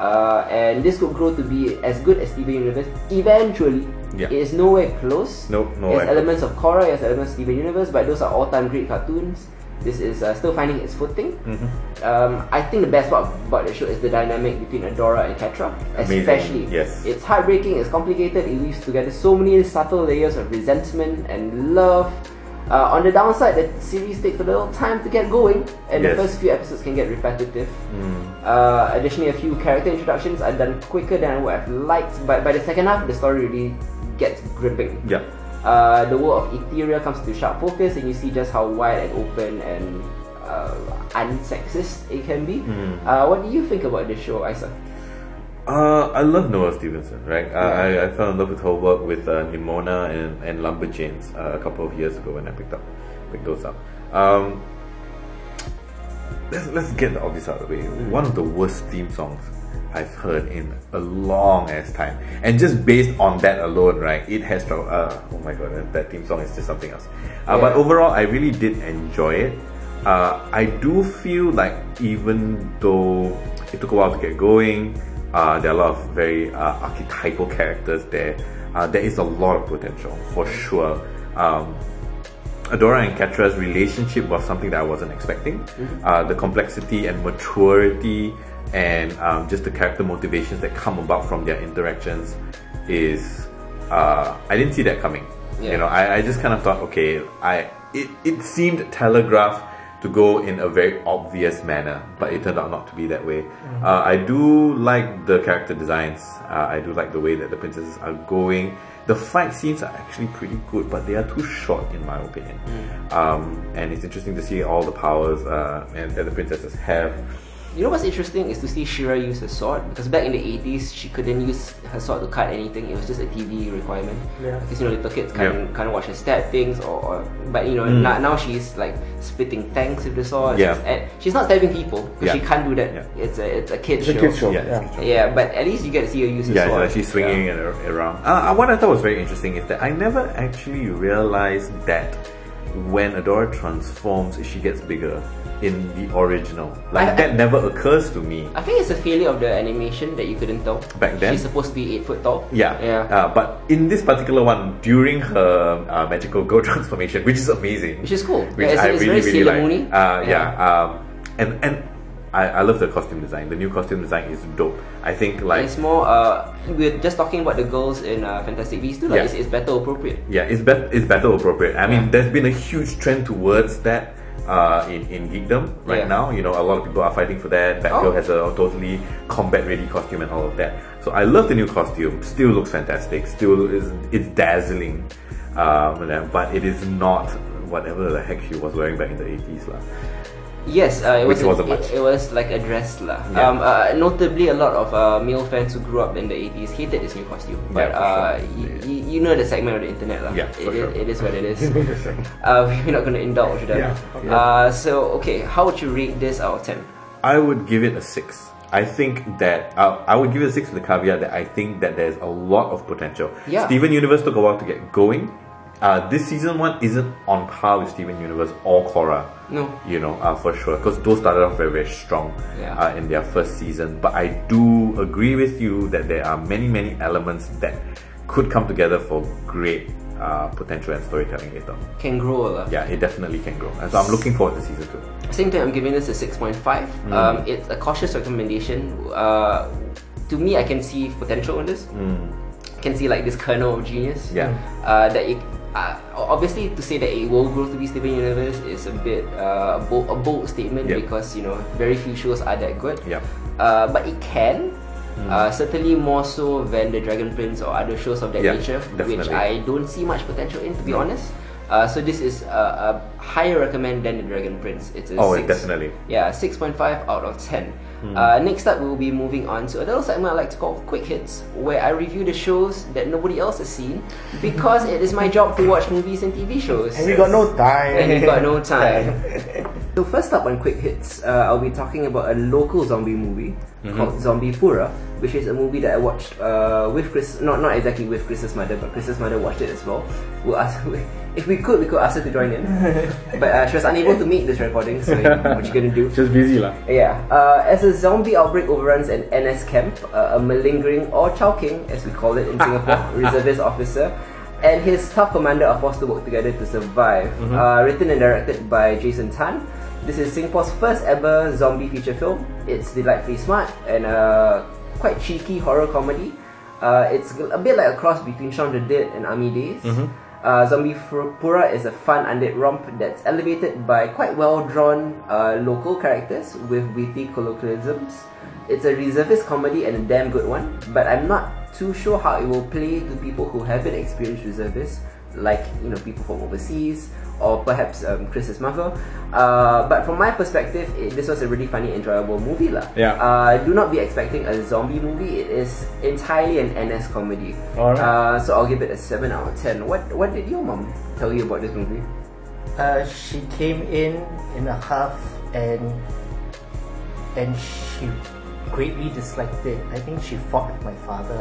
A: Uh, and this could grow to be as good as Steven Universe eventually.
C: Yeah.
A: It is nowhere close.
C: Nope,
A: It
C: nowhere
A: has elements of Korra, it has elements of Steven Universe, but those are all time great cartoons. This is uh, still finding its footing.
C: Mm-hmm.
A: Um, I think the best part about the show is the dynamic between Adora and Catra,
C: Amazing,
A: especially.
C: yes.
A: It's heartbreaking, it's complicated, it weaves together so many subtle layers of resentment and love. Uh, on the downside, the series takes a little time to get going, and the
C: Yes.
A: first few episodes can get repetitive. Uh, additionally, a few character introductions are done quicker than what I've liked, but by the second half, the story really gets gripping.
C: Yeah.
A: Uh, the world of Etheria comes to sharp focus, and you see just how wide and open and uh, unsexist it can be. Uh, what do you think about this show, Isa?
C: Uh, I love Noah Stevenson, right? Uh, I I, I fell in love with her work with uh, Nimona and, and Lumberjanes uh, a couple of years ago when I picked up picked those up. Um, let's, let's get the obvious out of the way. One of the worst theme songs I've heard in a long ass time. And just based on that alone, right, it has trouble. Uh, oh my god, that, that theme song is just something else. Uh, But
A: Yeah.
C: overall, I really did enjoy it. Uh, I do feel like even though it took a while to get going, uh, there are a lot of very uh, archetypal characters there. Uh, there is a lot of potential for sure. Um, Adora and Catra's relationship was something that I wasn't expecting. Uh, the complexity and maturity and um, just the character motivations that come about from their interactions is uh, I didn't see that coming.
A: Yeah.
C: You know, I, I just kind of thought, okay, I it, it seemed telegraphed to go in a very obvious manner, but it turned out not to be that way. Uh, I do like the character designs. Uh, I do like the way that the princesses are going. The fight scenes are actually pretty good, but they are too short in my opinion. Um, and it's interesting to see all the powers uh, and that the princesses have.
A: You know what's interesting is to see Shira use her sword because back in the 80s she couldn't use her sword to cut anything. It was just a TV requirement
B: Yeah.
A: because you know little kids can't
C: Yeah.
A: can't watch her stab things or, or but you know
C: Mm.
A: now, now she's like splitting tanks with the sword.
C: Yeah.
A: She's, and she's not stabbing people because
C: Yeah.
A: she can't do that.
C: Yeah.
A: It's a it's a kid
B: It's
A: show.
B: a kids show.
C: Yeah,
B: Yeah.
C: it's a kids'
A: Yeah, but at least you get to see her use her
C: yeah,
A: sword.
C: yeah, she's swinging
A: Yeah.
C: it ar- around. Uh, uh, what I thought was very interesting is that I never actually realized that when Adora transforms, she gets bigger in the original. Like
A: I- I-
C: that never occurs to me.
A: I think it's a failure of the animation that you couldn't tell.
C: Back then?
A: she's supposed to be eight foot tall.
C: Yeah,
A: yeah.
C: Uh, but in this particular one, during her uh, magical girl transformation, which is amazing,
A: Which is cool.
C: which
A: Yeah, it's-
C: I
A: it's
C: really,
A: very
C: really
A: Sailor
C: like.
A: Moon-y.
C: Uh, yeah,
A: Yeah.
C: Um, and and I, I love the costume design. The new costume design is dope. I think like
A: It's more. Uh, we're just talking about the girls in uh, Fantastic Beasts too. Like
C: Yeah.
A: it's, it's better appropriate.
C: Yeah, it's bet it's battle appropriate. I mean, there's been a huge trend towards that uh, in in geekdom right
A: Yeah.
C: now. You know, a lot of people are fighting for that. Batgirl
A: Oh.
C: has a totally combat ready costume and all of that. So I love the new costume. Still looks fantastic. Still is it's dazzling. Um, and that- but it is not whatever the heck she was wearing back in the 80s lah.
A: Yes, uh, it
C: Which
A: was. it,
C: wasn't much.
A: it was like a dress lah.
C: Yeah.
A: Um, uh, notably, a lot of uh, male fans who grew up in the eighties hated this new costume. But
C: Yeah, for sure.
A: uh, y- y- you know the segment of the internet lah.
C: Yeah,
A: It
C: for
A: is-
C: sure.
A: it is what it is. uh, we're not going to indulge that.
B: Yeah, okay.
A: Uh, so okay, how would you rate this out of ten?
C: I would give it a six. I think that uh, I would give it a six with the caveat that I think that there's a lot of potential.
A: Yeah.
C: Steven Universe took a while to get going. Uh, this season one isn't on par with Steven Universe or Korra.
A: No.
C: You know, uh, for sure, because those started off very, very strong
A: Yeah.
C: uh, in their first season. But I do agree with you that there are many, many elements that could come together for great uh, potential and storytelling later.
A: Can grow lah.
C: Yeah, it definitely can grow. And so I'm looking forward to season two.
A: Same time, I'm giving this a 6.5.
C: Mm.
A: Um, it's a cautious recommendation. Uh, to me, I can see potential in this. I can see like this kernel of genius.
C: Mm. Yeah.
A: Uh, that it, uh, o- obviously to say that it will grow to be Steven Universe is a bit uh, a bold, a bold statement
C: Yep.
A: because you know very few shows are that good.
C: Yep. Mm.
A: Uh, but it can. Uh, certainly more so than the Dragon Prince or other shows of that
C: Yeah,
A: nature, which
C: definitely.
A: I I don't see much potential in, to be honest. Uh, so this is a, a higher recommend than the Dragon Prince. It's a
C: Oh,
A: six-
C: definitely. Hmm.
A: Yeah, six point five out of ten. Uh, next up, we will be moving on to a little segment I like to call Quick Hits, where I review the shows that nobody else has seen because it is my job to watch movies and TV shows.
B: And we got no time.
A: And we've got no time. so first up on quick hits, uh, I'll be talking about a local zombie movie called Zombie Pura, which is a movie that I watched uh, with Chris. Not not exactly with Chris's mother, but Chris's mother watched it as well. We'll ask if we could, we could ask her to join in, but uh, she was unable to make this recording. So you know, what you gonna do?
B: Just busy lah.
A: Yeah. Uh, as a zombie outbreak overruns an NS camp, uh, a malingering or chowking, as we call it in Singapore, reservist officer, and his tough commander are forced to work together to survive. Uh, written and directed by Jason Tan. This is Singapore's first ever zombie feature film. It's delightfully smart and a quite cheeky horror comedy. Uh, it's a bit like a cross between Shaun the Dead and Army Days. Uh, Zombie Fur- Pura is a fun undead romp that's elevated by quite well drawn uh, local characters with witty colloquialisms. It's a reservist comedy and a damn good one, but I'm not too sure how it will play to people who haven't experienced reservists, like you know people from overseas or perhaps um, Chris's mother. Uh, but from my perspective, it, this was a really funny, enjoyable movie, lah.
B: Yeah.
A: Uh, do not be expecting a zombie movie. It is entirely an NS comedy.
B: Alright.
A: Uh, so I'll give it a seven out of ten. What What did your mom tell you about this movie?
D: Uh, she came in in a huff and and she greatly disliked it. I think she fought with my father.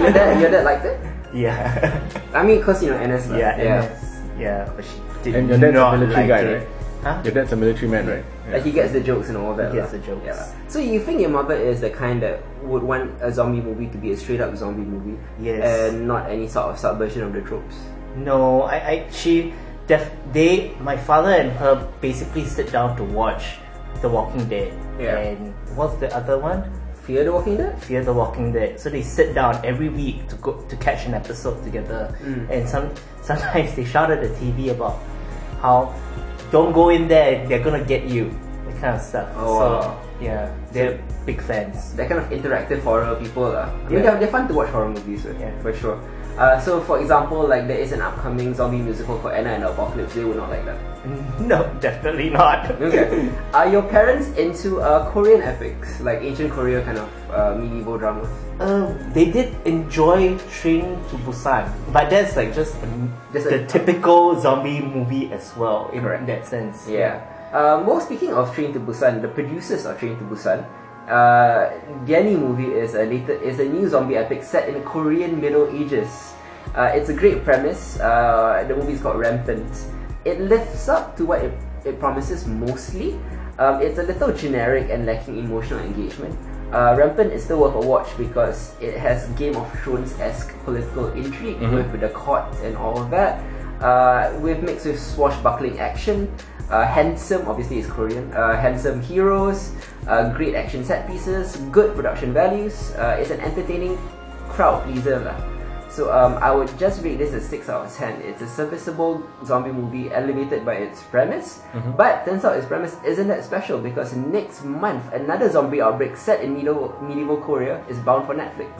A: your dad, your dad liked it.
D: yeah,
A: I mean, cause you know NS. lah.
D: yeah, and that's- yeah. But she did
B: And your dad's
D: not
B: a
D: like
B: military guy,
D: it.
B: right?
D: Huh?
B: Your dad's a military man, right?
A: Like he gets the jokes and all that.
D: He gets
A: lah.
D: the jokes.
A: Yeah. So you think your mother is the kind that would want a zombie movie to be a straight up zombie movie,
D: Yes.
A: and not any sort of subversion of the tropes.
D: No, I, I she def, they my father and her basically sit down to watch The Walking Dead.
A: Hmm. Yeah.
D: And what's the other one?
A: Fear the Walking Dead.
D: Fear the Walking Dead. So they sit down every week to go to catch an episode together.
A: Hmm.
D: And some sometimes they shout at the TV about how don't go in there, they're gonna get you. That kind of stuff.
A: Oh,
D: so
A: wow.
D: Yeah, they're big fans.
A: that kind of interactive horror people lah. I mean,
D: Yeah.
A: they're, they're fun to watch horror movies with,
D: Yeah.
A: for sure. Uh, so, for example, like there is an upcoming zombie musical called Anna and the Apocalypse. They would not like that.
D: No, definitely not.
A: Okay. Are your parents into uh, Korean epics, like ancient Korea kind of uh, medieval dramas?
D: Uh, they did enjoy Train to Busan, but that's like just
A: Just
D: the
A: a-
D: typical zombie movie as well in
A: Correct.
D: that sense.
A: Yeah. Um, well, speaking of Train to Busan, the producers of Train to Busan, uh, Danny movie is a later is a new zombie epic set in Korean Middle Ages. Uh, it's a great premise. Uh, the movie is called Rampant. It lives up to what it, it promises mostly. Um, it's a little generic and lacking emotional engagement. Uh, Rampant is still worth a watch because it has Game of Thrones esque political intrigue with the court and all of that uh, with mixed with swashbuckling action, uh, handsome, obviously it's Korean, uh, handsome heroes, uh, great action set pieces, good production values. Uh, it's an entertaining crowd pleaser. lah. So um, I would just rate this a 6 out of 10. It's a serviceable zombie movie elevated by its premise, but turns out its premise isn't that special because next month another zombie outbreak set in medieval, medieval Korea is bound for Netflix.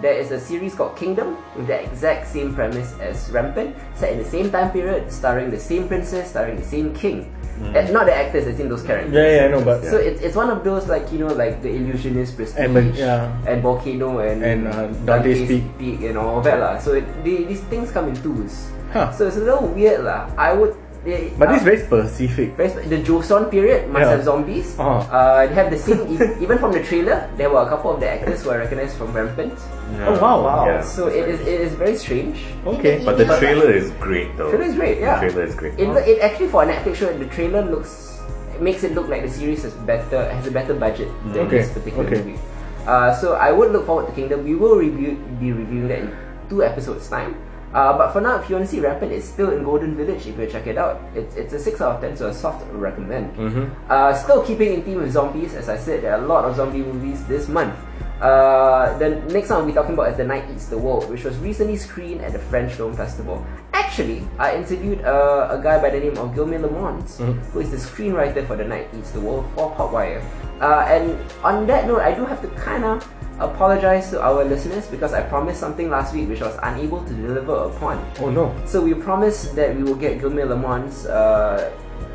A: There is a series called Kingdom with the exact same premise as Rampant, set in the same time period, starring the same princess, starring the same king. And not the actors as in those characters.
B: Hmm. Yeah, yeah, I know, but
A: So it's, it's one of those like you know like the illusionist prestige
B: And Ban- yeah.
A: and volcano and
B: And, uh, Dante's Peak.
A: and all that lah. So it, the, these things come in twos.
B: Huh.
A: So it's a little weird lah. I would. eh,
B: but
A: uh,
B: this is very specific.
A: very sp- the Joseon period must
B: Yeah.
A: have zombies.
B: Uh-huh.
A: Uh, they have the same e- even from the trailer. There were a couple of the actors who are recognized from Rampant.
B: Oh wow!
D: Wow.
C: Yeah.
A: So it is it is very strange.
B: Okay.
C: But the trailer is great though.
A: The trailer is great. Yeah.
C: The trailer is great.
A: It, it actually for a Netflix show, the trailer looks it makes it look like the series is better has a better budget than
B: Okay,
A: this particular
B: okay.
A: movie. Uh, so I would look forward to Kingdom. We will review be reviewing that in two episodes time. Uh, but for now, if you want to see Rampant, it's still in Golden Village. If you check it out, it's, it's a six out of ten, so a soft recommend.
B: Mm-hmm.
A: Uh, still keeping in theme with zombies, as I said, there are a lot of zombie movies this month. Uh, the next one we'll be talking about is The Night Eats the World, which was recently screened at the French Film Festival. Actually, I interviewed uh, a guy by the name of Guillaume Lamont,
B: Mm-hmm.
A: who is the screenwriter for The Night Eats the World for Hotwire. Uh, and on that note, I do have to kind of apologize to our listeners because I promised something last week which I was unable to deliver upon.
B: Oh no!
A: So we promised that we will get Guillermo Lamont's uh,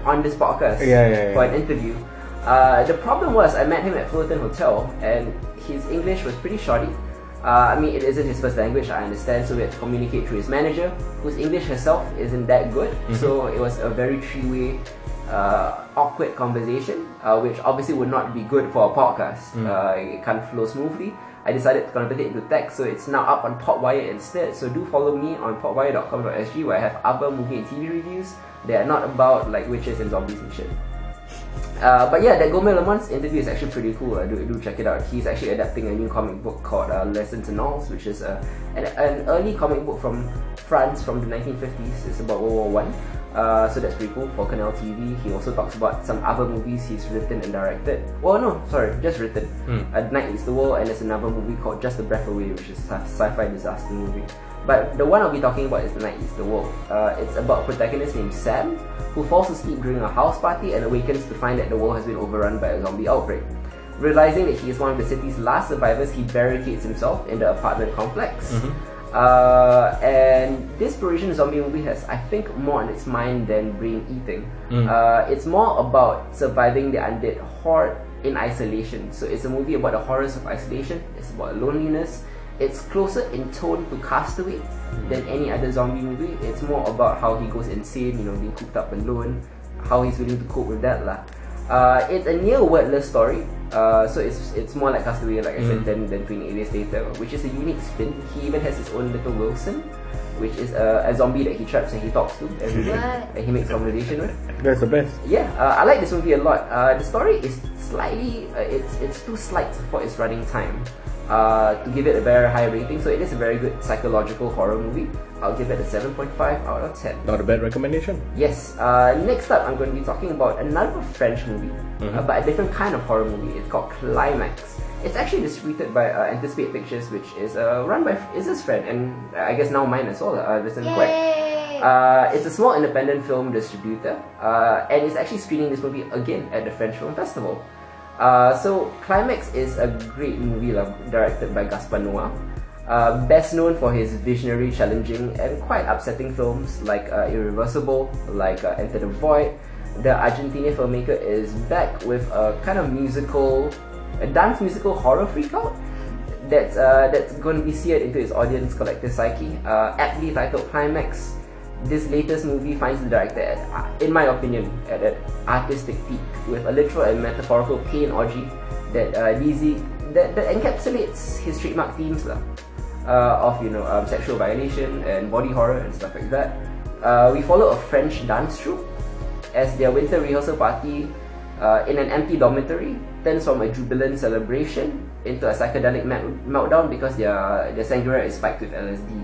A: on this podcast
B: Yeah, yeah, yeah.
A: for an interview. Uh, the problem was I met him at Fullerton Hotel and his English was pretty shoddy. Uh, I mean, it isn't his first language, I understand, so we had to communicate through his manager, whose English herself isn't that good. So it was a very three-way, uh, awkward conversation, uh, which obviously would not be good for a podcast. Uh, it can't flow smoothly. I decided to convert it into text, so it's now up on Podwire instead. So do follow me on podwire.com.sg where I have other movie and TV reviews. They are not about like witches and zombies and shit. Uh, but yeah, that Gourmet Lamont's interview is actually pretty cool. Uh, do, do check it out. He's actually adapting a new comic book called uh, Lesson to Knowles, which is uh, an, an early comic book from France from the 1950s. It's about World War One. Uh, so that's pretty cool for Canal TV. He also talks about some other movies he's written and directed. Well, no, sorry, just written. Uh, Night is the World, and there's another movie called Just a Breath Away, which is a sci- sci-fi disaster movie. But the one I'll be talking about is The Night is the World. Uh, it's about a protagonist named Sam who falls asleep during a house party and awakens to find that the world has been overrun by a zombie outbreak. Realizing that he is one of the city's last survivors, he barricades himself in the apartment complex. Uh, and this Parisian zombie movie has, I think, more on its mind than brain eating. Uh, it's more about surviving the undead horde in isolation. So it's a movie about the horrors of isolation. It's about loneliness. It's closer in tone to Castaway than any other zombie movie. It's more about how he goes insane, you know, being cooped up alone, how he's willing to cope with that lah. Uh, it's a near wordless story, uh, so it's it's more like Castaway, like I said, than, than 28 Days Later, which is a unique spin. He even has his own little Wilson, which is a, a zombie that he traps and he talks to every day,
E: What?
A: and he makes conversation with
B: That's the best.
A: yeah, uh, I like this movie a lot. Uh, the story is slightly, uh, it's it's too slight for its running time uh, to give it a very high rating. So it is a very good psychological horror movie. I'll give it a seven point five out of ten.
B: Not a bad recommendation.
A: Yes. Uh, next up, I'm going to be talking about another French movie, uh, but a different kind of horror movie. It's called Climax. It's actually distributed by uh, Anticipate Pictures, which is uh, run by is his friend and uh, I guess now mine as well, uh, Vincent Quack.
E: Yay!
A: Uh, it's a small independent film distributor, uh, and it's actually screening this movie again at the French Film Festival. Uh, so Climax is a great movie lah, directed by Gaspar Noa. Uh, best known for his visionary, challenging, and quite upsetting films like uh, Irreversible, like uh, Enter the Void, the Argentinian filmmaker is back with a kind of musical, a dance musical horror freakout that's uh, that's going to be seared into its audience collective psyche. Uh, aptly titled Climax, this latest movie finds the director, at, uh, in my opinion, at an artistic peak with a literal and metaphorical pain orgy that uh, DZ, that, that encapsulates his trademark themes lah, uh, of you know um, sexual violation and body horror and stuff like that. Uh, we follow a French dance troupe as their winter rehearsal party uh, in an empty dormitory turns from a jubilant celebration into a psychedelic melt- meltdown because their their sangria is spiked with LSD.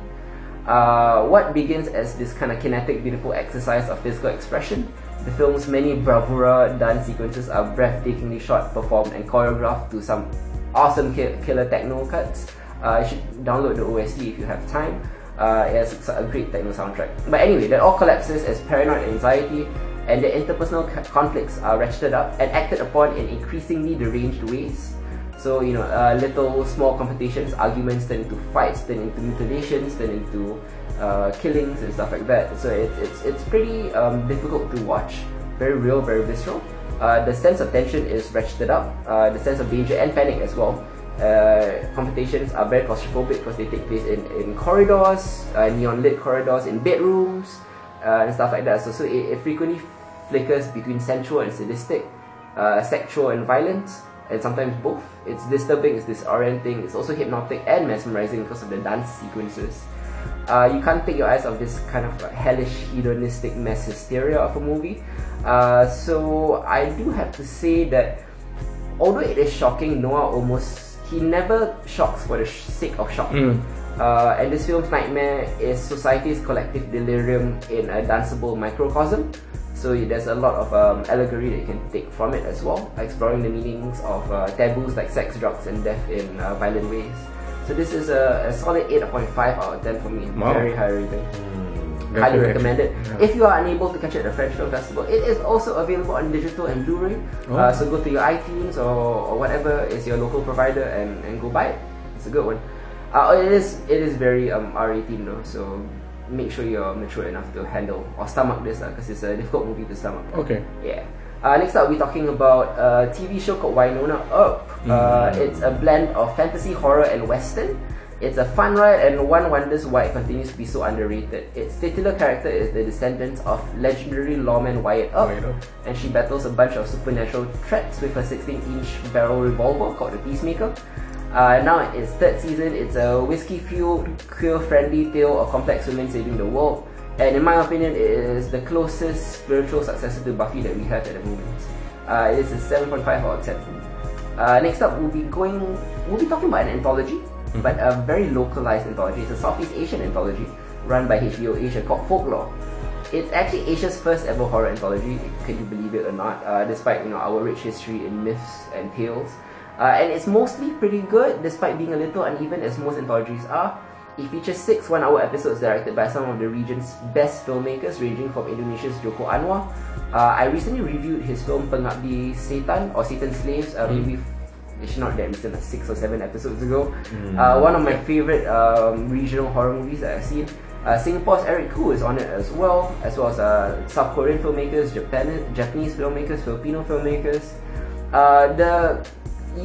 A: Uh, what begins as this kind of kinetic, beautiful exercise of physical expression, the film's many bravura dance sequences are breathtakingly shot, performed, and choreographed to some awesome ki- killer techno cuts. Uh, you should download the OST if you have time. Uh, it has a great techno soundtrack. But anyway, that all collapses as paranoid anxiety and the interpersonal c- conflicts are ratcheted up and acted upon in increasingly deranged ways. So, you know, uh, little small confrontations, arguments turn into fights, turn into mutilations, turn into uh, killings and stuff like that. So, it's, it's, it's pretty um, difficult to watch. Very real, very visceral. Uh, the sense of tension is ratcheted up, uh, the sense of danger and panic as well. Uh, confrontations are very claustrophobic because they take place in, in corridors, uh, neon lit corridors, in bedrooms, uh, and stuff like that. So, so it, it frequently flickers between sensual and sadistic, uh, sexual and violent, and sometimes both. It's disturbing, it's disorienting, it's also hypnotic and mesmerizing because of the dance sequences. Uh, you can't take your eyes off this kind of hellish, hedonistic mass hysteria of a movie. Uh, so I do have to say that although it is shocking, Noah almost he never shocks for the sh- sake of shock. Uh, and this film's nightmare is society's collective delirium in a danceable microcosm. So y- there's a lot of um, allegory that you can take from it as well, exploring the meanings of uh, taboos like sex, drugs, and death in uh, violent ways. So this is a, a solid 8.5 out of 10 for me.
B: Wow.
A: Very high rating. Highly
B: Definitely.
A: recommend it. If you are unable to catch it at the French Film Festival, it is also available on digital and Blu-ray. Uh, so go to your iTunes or, or whatever is your local provider and, and go buy it. It's a good one. Uh, oh, it is it is very um R18 though, so make sure you're mature enough to handle or stomach this because it's a difficult movie to stomach.
B: Okay.
A: Yeah. Uh, next up, we're talking about a TV show called Winona Earp.
B: Mm.
A: Uh, it's a blend of fantasy, horror, and western. It's a fun ride, and one wonders why it continues to be so underrated. Its titular character is the descendant of legendary lawman Wyatt Earp,
B: Wyatt Earp.
A: and she battles a bunch of supernatural threats with her 16-inch barrel revolver called the Peacemaker. Uh, now in its third season, it's a whiskey-fueled, queer-friendly tale of complex women saving the world. And in my opinion, it is the closest spiritual successor to Buffy that we have at the moment. Uh, it is a 7.5 out of 10. Uh, next up, we'll be going, we'll be talking about an anthology, but a very localized anthology. It's a Southeast Asian anthology run by HBO Asia called Folklore. It's actually Asia's first ever horror anthology, could you believe it or not, uh, despite you know our rich history in myths and tales. Uh, and it's mostly pretty good, despite being a little uneven as most anthologies are. It features six one-hour episodes directed by some of the region's best filmmakers, ranging from Indonesia's Joko Anwar. Uh, I recently reviewed his film Pengabdi Setan or Satan's Slaves, uh, maybe it's not that recent, like six or seven episodes ago. Uh, one of my favorite um, regional horror movies that I've seen. Uh, Singapore's Eric Koo is on it as well, as well as uh, South Korean filmmakers, Japan- Japanese filmmakers, Filipino filmmakers. Uh, the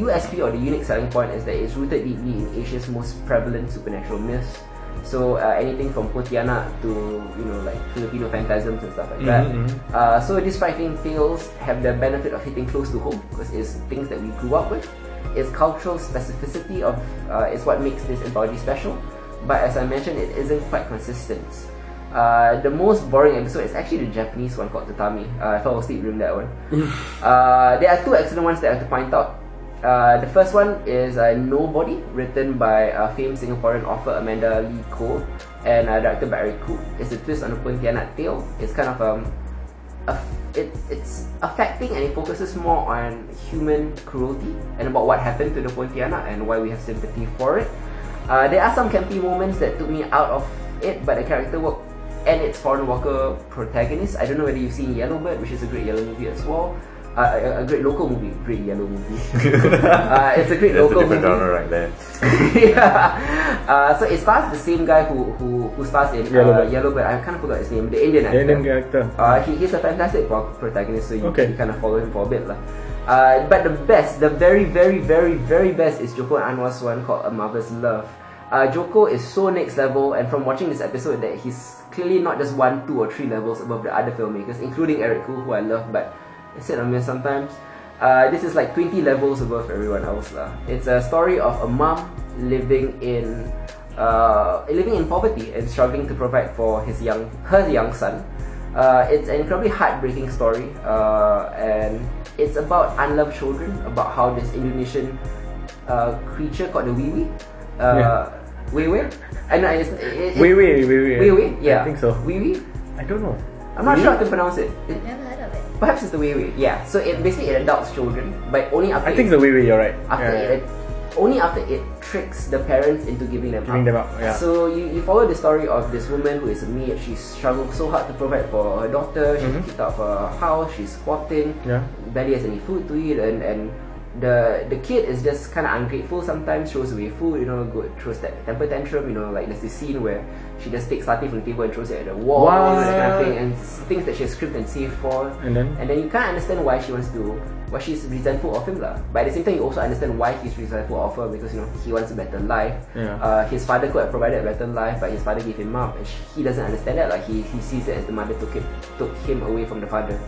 A: USP or the unique selling point is that it's rooted deeply in Asia's most prevalent supernatural myths. So uh, anything from Pontianak to you know like Filipino phantasms and stuff like that. Uh, so these frightening tales have the benefit of hitting close to home because it's things that we grew up with. Its cultural specificity of uh, is what makes this anthology special. But as I mentioned, it isn't quite consistent. Uh, the most boring episode is actually the Japanese one called Tatami. Uh, I fell asleep during that one. uh, there are two excellent ones that I have to point out. Uh, the first one is uh, Nobody, written by uh, famed Singaporean author Amanda Lee Cole and uh, directed by Eric Koo. It's a twist on the Pontianak tale. It's kind of um, a- it, it's affecting and it focuses more on human cruelty and about what happened to the Pontianak and why we have sympathy for it. Uh, there are some campy moments that took me out of it, but the character work and its foreign walker protagonist. I don't know whether you've seen Yellowbird, which is a great yellow movie as well. Uh, a, a great local movie, great yellow movie. uh, it's a great
C: That's a
A: local
C: different
A: movie.
C: genre right there.
A: yeah. Uh, so it stars the same guy who who, who stars in
B: Yellow
A: uh,
B: Bird.
A: Yellow Bird. I kind of forgot his name. The Indian actor.
B: The Indian character.
A: Uh, he, he's a fantastic pro- protagonist, so you,
B: Okay.
A: you kind of follow him for a bit. lah. Uh, but the best, the very, very, very, very best is Joko Anwar's one called A Mother's Love. Uh, Joko is so next level, and from watching this episode, that he's clearly not just one, two, or three levels above the other filmmakers, including Eric Koo, who I love, but it's hit or miss sometimes. Uh, this is like 20 levels above everyone else. lah. It's a story of a mom living in uh, living in poverty and struggling to provide for his young her young son. Uh, it's an incredibly heartbreaking story, uh, and it's about unloved children, about how this Indonesian uh, creature called the Wiwi, uh, Wewe, and it's, it, it,
B: Wewe, Wewe.
A: Wewe, yeah,
B: I think so.
A: Wiwi.
B: I don't know.
A: I'm not sure how to pronounce it. it
E: I've never heard of it.
A: perhaps it's the Wewe. Yeah. So it basically it adults children, but only after
B: I think
A: it-
B: it's the Wewe, you're right.
A: after
B: Yeah, yeah.
A: it only after it tricks the parents into giving them
B: Giving
A: up.
B: them up, yeah.
A: So you, you follow the story of this woman who is a maid. She struggled so hard to provide for her daughter. She's kicked out of her house. She's squatting.
B: Mm-hmm. Yeah.
A: Barely has any food to eat, and and the the kid is just kind of ungrateful. Sometimes throws away food. You know, go, throws that temper tantrum. You know, like there's this scene where she just takes satay from the table and throws it at the wall.
B: Wow.
A: And that kind of thing, and s- things that she has scripted and saved for.
B: And then?
A: And then you can't understand why she wants to, why she's resentful of him lah. But at the same time, you also understand why he's resentful of her because you know he wants a better life.
B: Yeah.
A: Uh, his father could have provided a better life, but his father gave him up, and sh- he doesn't understand that. Like he, he sees it as the mother took him took him away from the father.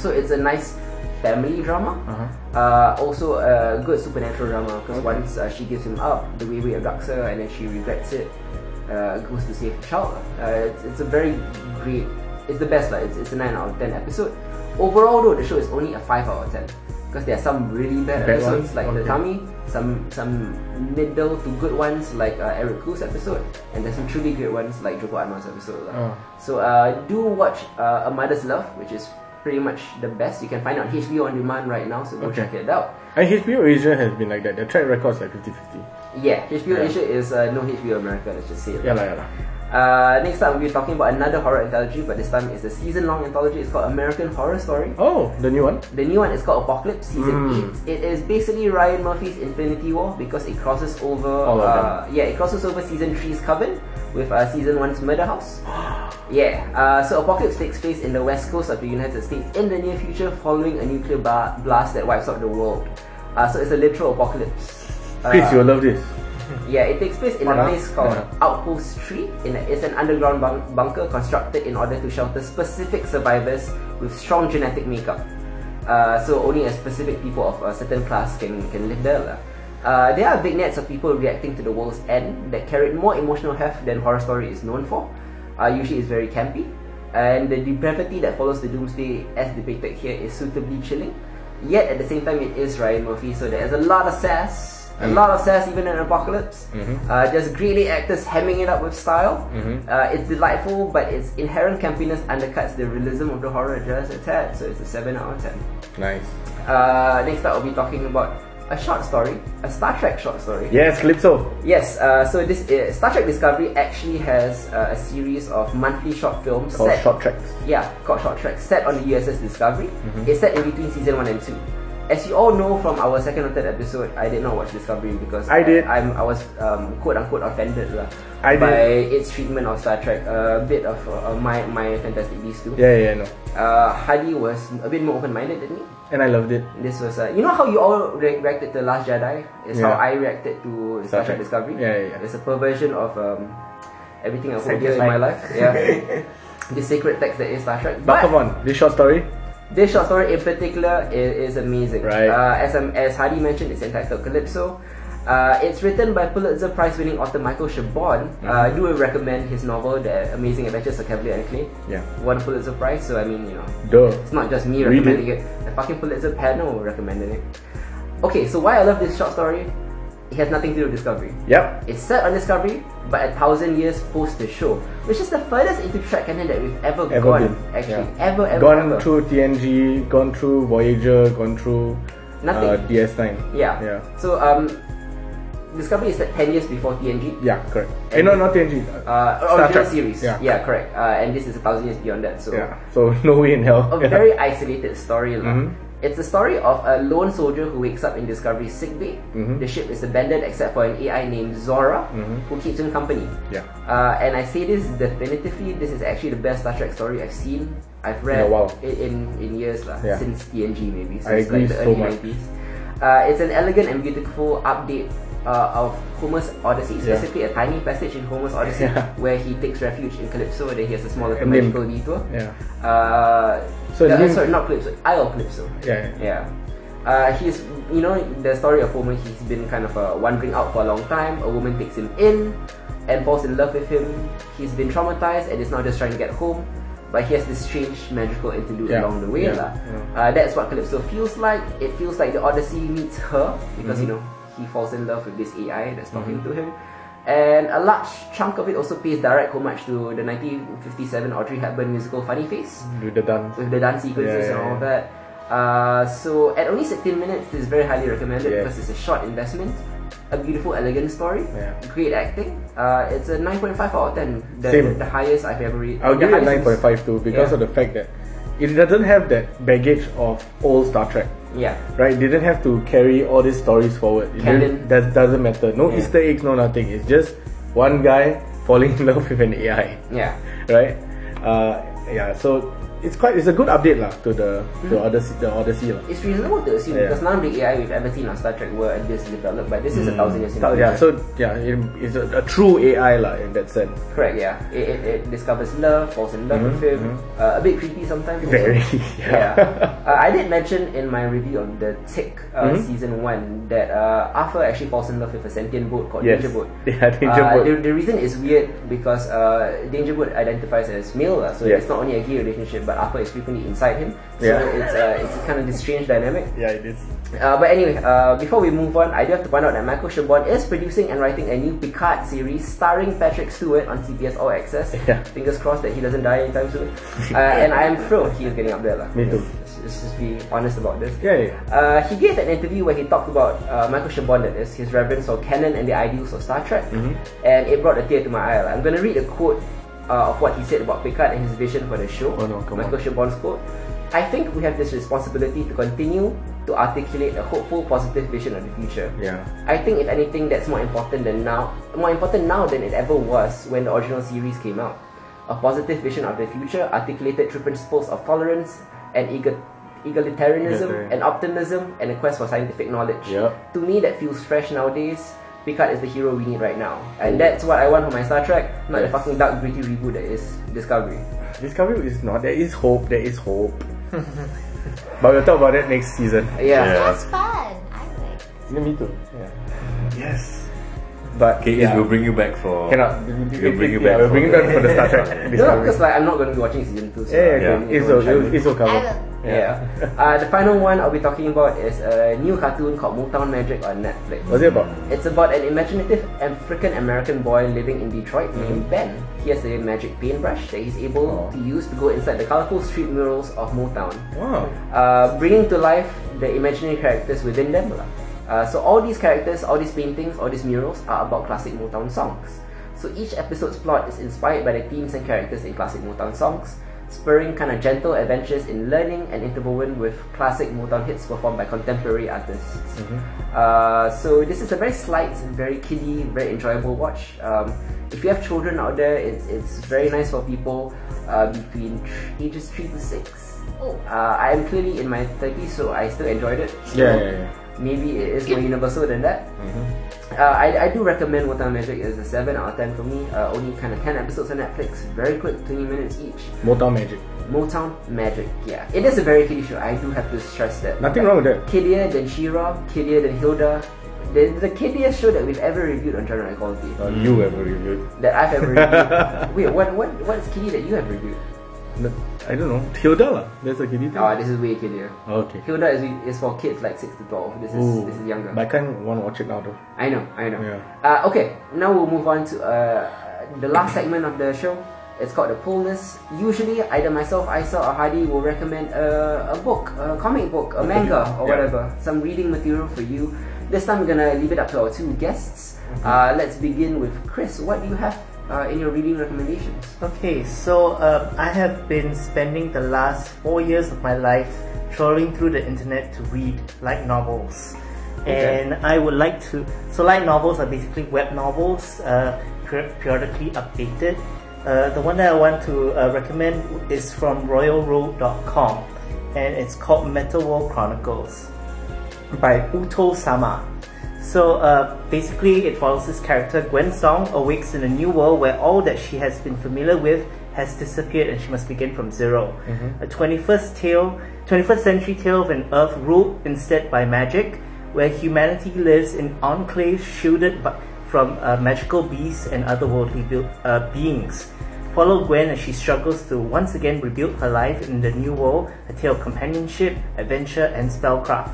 A: So it's a nice family drama. Uh-huh. also a good supernatural drama because once uh, she gives him up, the way we abducts her, and then she regrets it. Uh, goes to save the child. lah. Uh, it's, it's a very great. It's the best. Like it's, it's a nine out of ten episode. Overall, though, the show is only a five out of ten because there are some really bad,
B: Bad
A: episodes
B: ones?
A: like the
B: Okay.
A: tummy, some some middle to good ones like uh, Eric Koo's episode, and there's some truly great ones like Joko Anwar's episode. lah.
B: Oh.
A: So uh, do watch uh, A Mother's Love, which is pretty much the best. You can find it on HBO on demand right now, so go
B: Okay.
A: check it out.
B: And HBO Asia has been like that. Their track record's like 50 50.
A: Yeah, HBO
B: Yeah.
A: Asia is uh, no HBO America. Let's just say it.
B: Yeah, lah, yeah, lah.
A: Uh, next up, we'll be talking about another horror anthology, but this time it's a season-long anthology. It's called American Horror Story.
B: Oh, the new one?
A: The new one is called Apocalypse Season 8. It is basically Ryan Murphy's Infinity War because it crosses over.
B: All of
A: uh, Yeah, it crosses over Season 3's Coven with uh, Season 1's Murder House. yeah, uh, so Apocalypse takes place in the west coast of the United States in the near future following a nuclear ba- blast that wipes out the world. Uh, so it's a literal apocalypse. Uh,
B: Chris, you'll love this.
A: yeah, it takes place in a
B: Mana?
A: place called
B: Mana?
A: Outpost 3. In a, it's an underground bunk- bunker constructed in order to shelter specific survivors with strong genetic makeup. Uh, so only a specific people of a certain class can, can live there. lah. Uh, there are vignettes of people reacting to the world's end that carried more emotional heft than Horror Story is known for. Uh, usually it's very campy. And the depravity that follows the doomsday as depicted here is suitably chilling. Yet at the same time it is Ryan Murphy, so there's a lot of sass a lot of sass even in Apocalypse. Uh, just greedy actors hemming it up with style. Uh, it's delightful, but its inherent campiness undercuts the realism of the horror just a tad, so it's a 7 out of 10.
B: Nice.
A: Uh, next up, we'll be talking about a short story, a Star Trek short story.
B: Yes, Calypso.
A: Yes, uh, so this uh, Star Trek Discovery actually has uh, a series of monthly short films
B: Or
A: set-
B: short tracks.
A: yeah, called Short Track, set on the USS Discovery.
B: Mm-hmm.
A: It's set in between season one and two. As you all know from our second or third episode, I did not watch Discovery because
B: I did.
A: I, am I was um, quote unquote offended lah
B: I
A: by
B: did.
A: its treatment of Star Trek. A bit of uh, uh, my my Fantastic Beasts too.
B: Yeah, yeah, no.
A: Uh, Hadi was a bit more open minded than me.
B: And I loved it.
A: This was uh, you know how you all re- reacted to Last Jedi is how
B: Yeah.
A: I reacted to Star,
B: Star
A: Trek
B: Trek.
A: Discovery.
B: Yeah, yeah, yeah.
A: It's a perversion of um, everything I hold
D: Sacred
A: dear in my
D: life.
A: life. Yeah, the sacred text that is Star Trek.
B: But come on, this short story,
A: This short story in particular is, is amazing.
B: Right.
A: Uh, as, um, as Hardy mentioned, it's entitled Calypso. Uh, it's written by Pulitzer Prize winning author Michael Chabon. Uh, I
B: Mm-hmm.
A: do recommend his novel, The Amazing Adventures of Cavalier and Clay.
B: Yeah.
A: Won Pulitzer Prize, so I mean, you know,
B: duh.
A: it's not just me
B: Read it.
A: recommending it. The fucking Pulitzer panel recommended it. Okay, so why I love this short story? It has nothing to do with Discovery.
B: Yep.
A: It's set on Discovery, but a thousand years post the show, which is the furthest into track canon that we've ever,
B: Ever
A: gone.
B: been.
A: Actually,
B: Yeah.
A: ever, ever,
B: gone
A: ever.
B: through TNG, gone through Voyager, gone through
A: Nothing.
B: Uh, DS9.
A: Yeah.
B: Yeah.
A: So um, Discovery is set ten years before TNG.
B: Yeah, correct. Eh, no, not TNG.
A: Uh,
B: Star
A: original
B: Trek.
A: series.
B: Yeah.
A: correct. Uh, and this is a thousand years beyond that. So
B: Oh, yeah. Mm-hmm. So no way in hell.
A: a
B: Yeah.
A: very isolated story, lah. It's a story of a lone soldier who wakes up in Discovery's sickbay.
B: Mm-hmm.
A: The ship is abandoned except for an AI named Zora who keeps him company.
B: Yeah.
A: Uh, and I say this definitively, this is actually the best Star Trek story I've seen, I've read
B: a while.
A: i- in, in years, lah,
B: Yeah.
A: since TNG maybe. Since
B: agree
A: like the
B: so
A: early
B: much.
A: 90s. Uh, it's an elegant and beautiful update uh, of Homer's Odyssey,
B: Yeah.
A: specifically a tiny passage in Homer's Odyssey
B: Yeah.
A: where he takes refuge in Calypso and then he has a small little
B: And then-
A: magical detour.
B: Yeah.
A: Uh,
B: So
A: the-
B: his name-
A: sorry, not Calypso, Isle of Calypso.
B: Yeah.
A: Yeah. Uh, he's, you know, the story of Homer, he's been kind of uh, wandering out for a long time. A woman takes him in and falls in love with him. He's been traumatized and is now just trying to get home. But he has this strange magical interlude
B: Yeah.
A: along the way.
B: Yeah.
A: lah. Uh, that's what Calypso feels like. It feels like the Odyssey meets her because, you
B: Mm-hmm.
A: know, he falls in love with this AI that's talking to him. And a large chunk of it also pays direct homage to the 1957 Audrey Hepburn musical Funny Face
B: Do the dance.
A: with the dance sequences
B: Yeah, yeah,
A: and all
B: yeah.
A: that. Uh, so at only 16 minutes, this is very highly recommended
B: Yes.
A: because it's a short investment, a beautiful, elegant story,
B: Yeah.
A: great acting. Uh, it's a 9.5 out of 10, the,
B: Same.
A: the highest I've ever read.
B: I'll
A: the
B: give it
A: highest
B: 9.5 too because
A: Yeah.
B: of the fact that it doesn't have that baggage of old Star Trek.
A: is- Yeah,
B: Right, They didn't have to carry all these stories forward. It
A: Canon.
B: didn't- that doesn't matter. No
A: Yeah.
B: Easter eggs, no nothing. It's just one guy falling in love with an AI,
A: yeah.
B: right? Uh, yeah, so it's quite it's a good update lah to the to Odyssey the Odyssey lah.
A: It's reasonable to assume
B: Yeah.
A: because none of the AI we've ever seen on Star Trek were this developed, but this is a thousand years in the
B: So, Mm. yeah,
A: future.
B: so yeah, it, it's a, a true AI lah in that sense.
A: Correct, yeah. It, it, it discovers love, falls in love with him. Uh, a bit creepy sometimes. also.
B: Mm-hmm, Very,
A: Yeah.
B: yeah.
A: Uh, I did mention in my review on the Tick uh,
B: Mm-hmm.
A: season one that uh, Arthur actually falls in love with a sentient boat called
B: Yes.
A: Danger Boat.
B: Yeah, Danger
A: Uh,
B: Boat.
A: The, the reason is weird because uh, Danger Boat identifies as male, lah, so
B: Yeah.
A: it's not only a gay relationship, but Arthur is frequently inside him. So
B: Yeah.
A: it's uh, it's kind of this strange dynamic.
B: Yeah, it is.
A: Uh, but anyway, uh, before we move on, I do have to point out that Michael Chabon is producing and writing a new Picard series starring Patrick Stewart on CBS All Access.
B: Yeah.
A: Fingers crossed that he doesn't die anytime soon. Uh, and I am thrilled he is getting up there. lah.
B: Me too.
A: Let's, let's just be honest about this.
B: Yeah, yeah.
A: Uh, he gave an interview where he talked about uh, Michael Chabon, that is, his reverence for canon and the ideals of Star Trek,
B: Mm-hmm.
A: and it brought a tear to my eye. lah. I'm going to read a quote uh, of what he said about Picard and his vision for the show.
B: Oh no, come
A: Michael Chabon's quote. I think we have this responsibility to continue to articulate a hopeful, positive vision of the future.
B: Yeah.
A: I think if anything, that's more important than now, more important now than it ever was when the original series came out. A positive vision of the future articulated through principles of tolerance and ego- egalitarianism
B: Egalitarian.
A: and optimism and a quest for scientific knowledge.
B: Yep.
A: To me, that feels fresh nowadays. Picard is the hero we need right now, and that's what I want for my Star Trek, not
B: Yes.
A: the fucking dark gritty reboot that is Discovery.
B: Discovery is not. There is hope. There is hope. but we'll talk about it next season.
A: Yeah.
C: Yeah.
E: That's fun. I like.
B: Yeah, me too. Yeah.
C: Yes.
B: But
C: Okay,
B: yeah,
C: we'll bring you back for.
B: cannot.
C: We'll bring you back.
B: Yeah, we'll bring you
C: for
B: back for the Star Trek.
A: No,
B: Discovery.
A: because like I'm not going to be watching season two. So
B: yeah, yeah,
A: I don't
B: okay.
A: really
B: It's,
A: know
B: all-
A: what I'm
B: it's, it's all covered.
E: I will.
A: Yeah. uh, the final one I'll be talking about is a new cartoon called Motown Magic on Netflix.
B: What's it about?
A: It's about an imaginative African American boy living in Detroit named Ben. He has a magic paintbrush that he's able
B: Mm-hmm. Oh.
A: to use to go inside the colorful street murals of Motown,
B: Wow.
A: uh, bringing to life the imaginary characters within them. lah. Uh, so all these characters, all these paintings, all these murals are about classic Motown songs. So each episode's plot is inspired by the themes and characters in classic Motown songs, spurring kind of gentle adventures in learning and interwoven with classic Motown hits performed by contemporary artists. Uh, so this is a very slight, very kiddie, very enjoyable watch. Um, if you have children out there, it's, it's very nice for people uh, between tr- ages 3 to 6.
E: Oh.
A: Uh, I am clearly in my 30s, so I still enjoyed it.
B: Yeah, yeah, Mm-hmm. yeah.
A: Maybe it is more universal than that. Uh, I, I do recommend What Time Magic is a 7 out of 10 for me. Uh, only kind of 10 episodes on Netflix, very quick, 20 minutes each.
B: Motown magic.
A: Motown Magic, yeah. It is a very kiddie show, I do have to stress that.
B: Nothing wrong with that.
A: Kiddier than Shira, kiddier than Hilda. The, the kiddiest show that we've ever reviewed on Genre Equality.
B: Uh, You ever reviewed?
A: That I've ever reviewed. Wait, what, what, what's kiddie that you have reviewed?
B: No, I don't know. Hilda lah. That's a kiddie thing.
A: Oh, this is way kiddier.
B: okay.
A: Hilda is, is for kids like 6 to 12. This is,
B: Ooh.
A: this is younger.
B: But I can't want to watch it now though.
A: I know, I know.
B: Yeah.
A: Uh, okay, now we'll move on to uh, the last segment of the show. It's called the pull list. Usually, either myself, Isa, or Hadi will recommend uh, a book, a comic book, a manga, or
B: Yeah.
A: whatever, some reading material for you. This time, we're gonna leave it up to our two guests. Uh, let's begin with Chris. What do you have uh, in your reading recommendations?
D: Okay, so um, I have been spending the last four years of my life trawling through the internet to read light novels. And I would like to. So, light novels are basically web novels, uh, per- periodically updated. Uh, the one that I want to uh, recommend is from royalroad.com and it's called Metal War Chronicles by Uto Sama. So uh, basically, it follows this character Gwen Song awakes in a new world where all that she has been familiar with has disappeared, and she must begin from 0 A twenty-first tale, twenty-first century tale of an Earth ruled instead by magic, where humanity lives in enclaves shielded by, from uh, magical beasts and otherworldly buil- uh, beings. Follow Gwen as she struggles to once again rebuild her life in the new world, a tale of companionship, adventure, and spellcraft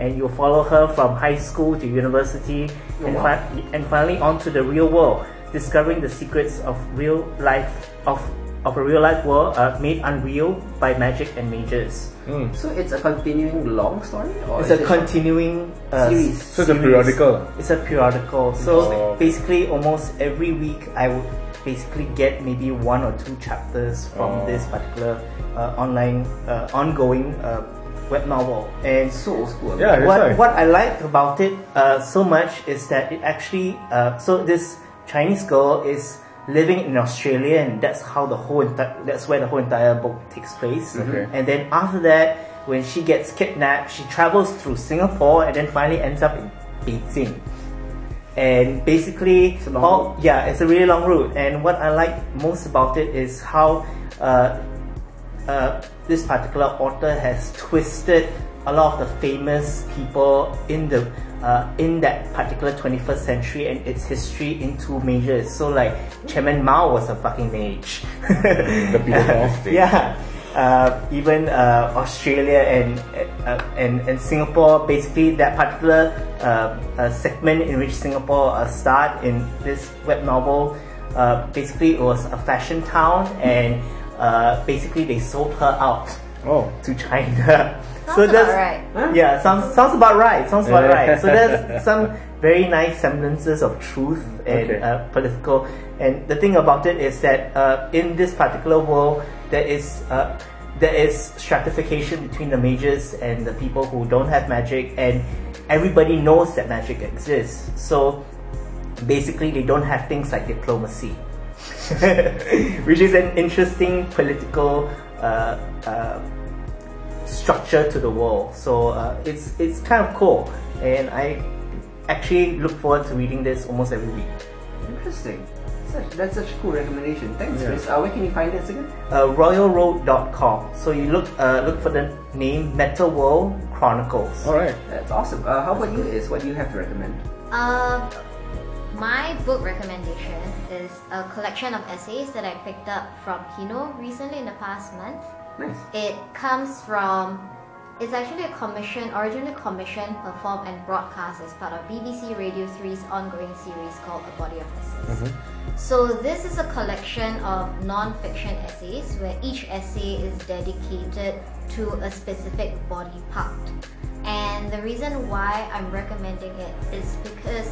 D: and you'll follow her from high school to university and, fi- and finally onto the real world, discovering the secrets of real life of of a real life world uh, made unreal by magic and mages.
A: So it's a continuing long story, or
D: It's
A: is
D: a
A: it
D: continuing uh,
A: Series.
B: So it's a periodical. Oh. lah.
D: It's a periodical. So
B: Interesting.
D: basically, almost every week, I would basically get maybe one or two chapters from
B: Oh.
D: this particular uh, online uh, ongoing uh, web novel. And
A: so old school?
B: Yeah, that's
D: what,
B: why.
D: what I liked about it uh, so much is that it actually uh, so this Chinese girl is living in Australia and that's how the whole enti- that's where the whole entire book takes place.
B: Mm-hmm. Okay.
D: And then after that, when she gets kidnapped, she travels through Singapore and then finally ends up in Beijing. And basically,
A: a long
D: all-
A: route.
D: yeah, it's a really long route. And what I like most about it is how uh, uh, this particular author has twisted a lot of the famous people in the uh, in that particular 21st century and its history into majors. So like Chairman Mao was a fucking mage.
B: people.
D: yeah. Uh, even uh, Australia and uh, and and Singapore, basically that particular uh, uh, segment in which Singapore uh, starred in this web novel, uh, basically it was a fashion town, and uh, basically they sold her out
B: Oh.
D: to China.
E: Sounds
D: so that's
E: about right.
D: Yeah, sounds sounds about right. Sounds about
B: Yeah.
D: right. So there's some very nice semblances of truth and
B: Okay.
D: uh, political. And the thing about it is that uh, in this particular world, there is uh, there is stratification between the mages and the people who don't have magic, and everybody knows that magic exists. So basically, they don't have things like diplomacy. which is an interesting political uh, uh, structure to the world. So uh, it's it's kind of cool, and I actually look forward to reading this almost every week.
A: Interesting. Such, that's such a cool recommendation. Thanks, Chris. Uh, where can you find us again?
D: Uh, royalroad.com. So you look uh, look for the name Metal World Chronicles.
B: All right.
A: That's awesome. Uh, how about you, Is? What do you have to recommend?
E: Um, my book recommendation is a collection of essays that I picked up from Hino recently in the past month.
A: Nice.
E: It comes from, it's actually a commission, originally commissioned, performed, and broadcast as part of BBC Radio 3's ongoing series called A Body of Essays. So, this is a collection of non fiction essays where each essay is dedicated to a specific body part. And the reason why I'm recommending it is because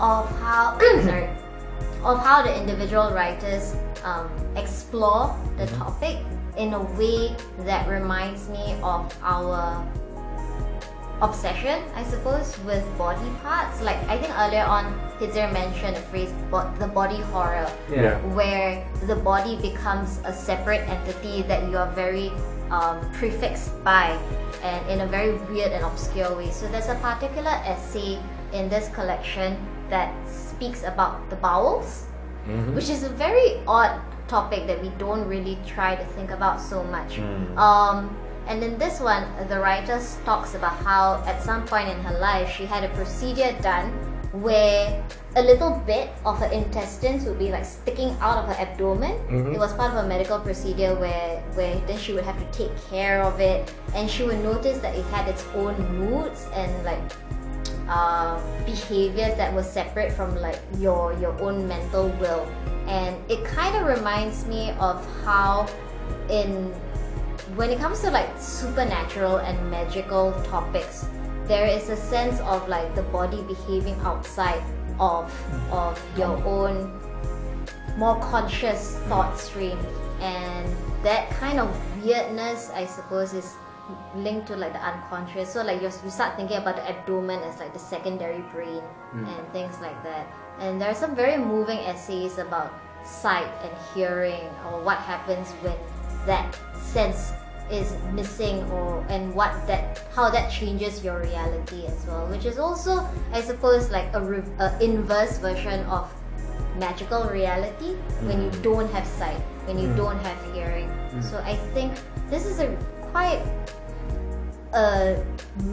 E: of how, sorry, of how the individual writers um, explore the topic in a way that reminds me of our obsession, I suppose, with body parts. Like I think earlier on, Hitzer mentioned a phrase, bo- the body horror,
B: Yeah.
E: where the body becomes a separate entity that you are very um, prefixed by and in a very weird and obscure way. So there's a particular essay in this collection that speaks about the bowels, which is a very odd topic that we don't really try to think about so much. Um, and in this one, the writer talks about how at some point in her life she had a procedure done where a little bit of her intestines would be like sticking out of her abdomen. It was part of a medical procedure where where then she would have to take care of it, and she would notice that it had its own moods and like uh, behaviors that were separate from like your your own mental will and it kind of reminds me of how in when it comes to like supernatural and magical topics there is a sense of like the body behaving outside of of your own more conscious thought stream and that kind of weirdness i suppose is linked to like the unconscious. So like you you start thinking about the abdomen as like the secondary brain and things like that. And there are some very moving essays about sight and hearing or what happens when that sense is missing or and what that how that changes your reality as well which is also i suppose like a, re- a inverse version of magical reality when you don't have sight, when you don't have hearing. So I think this is a quite a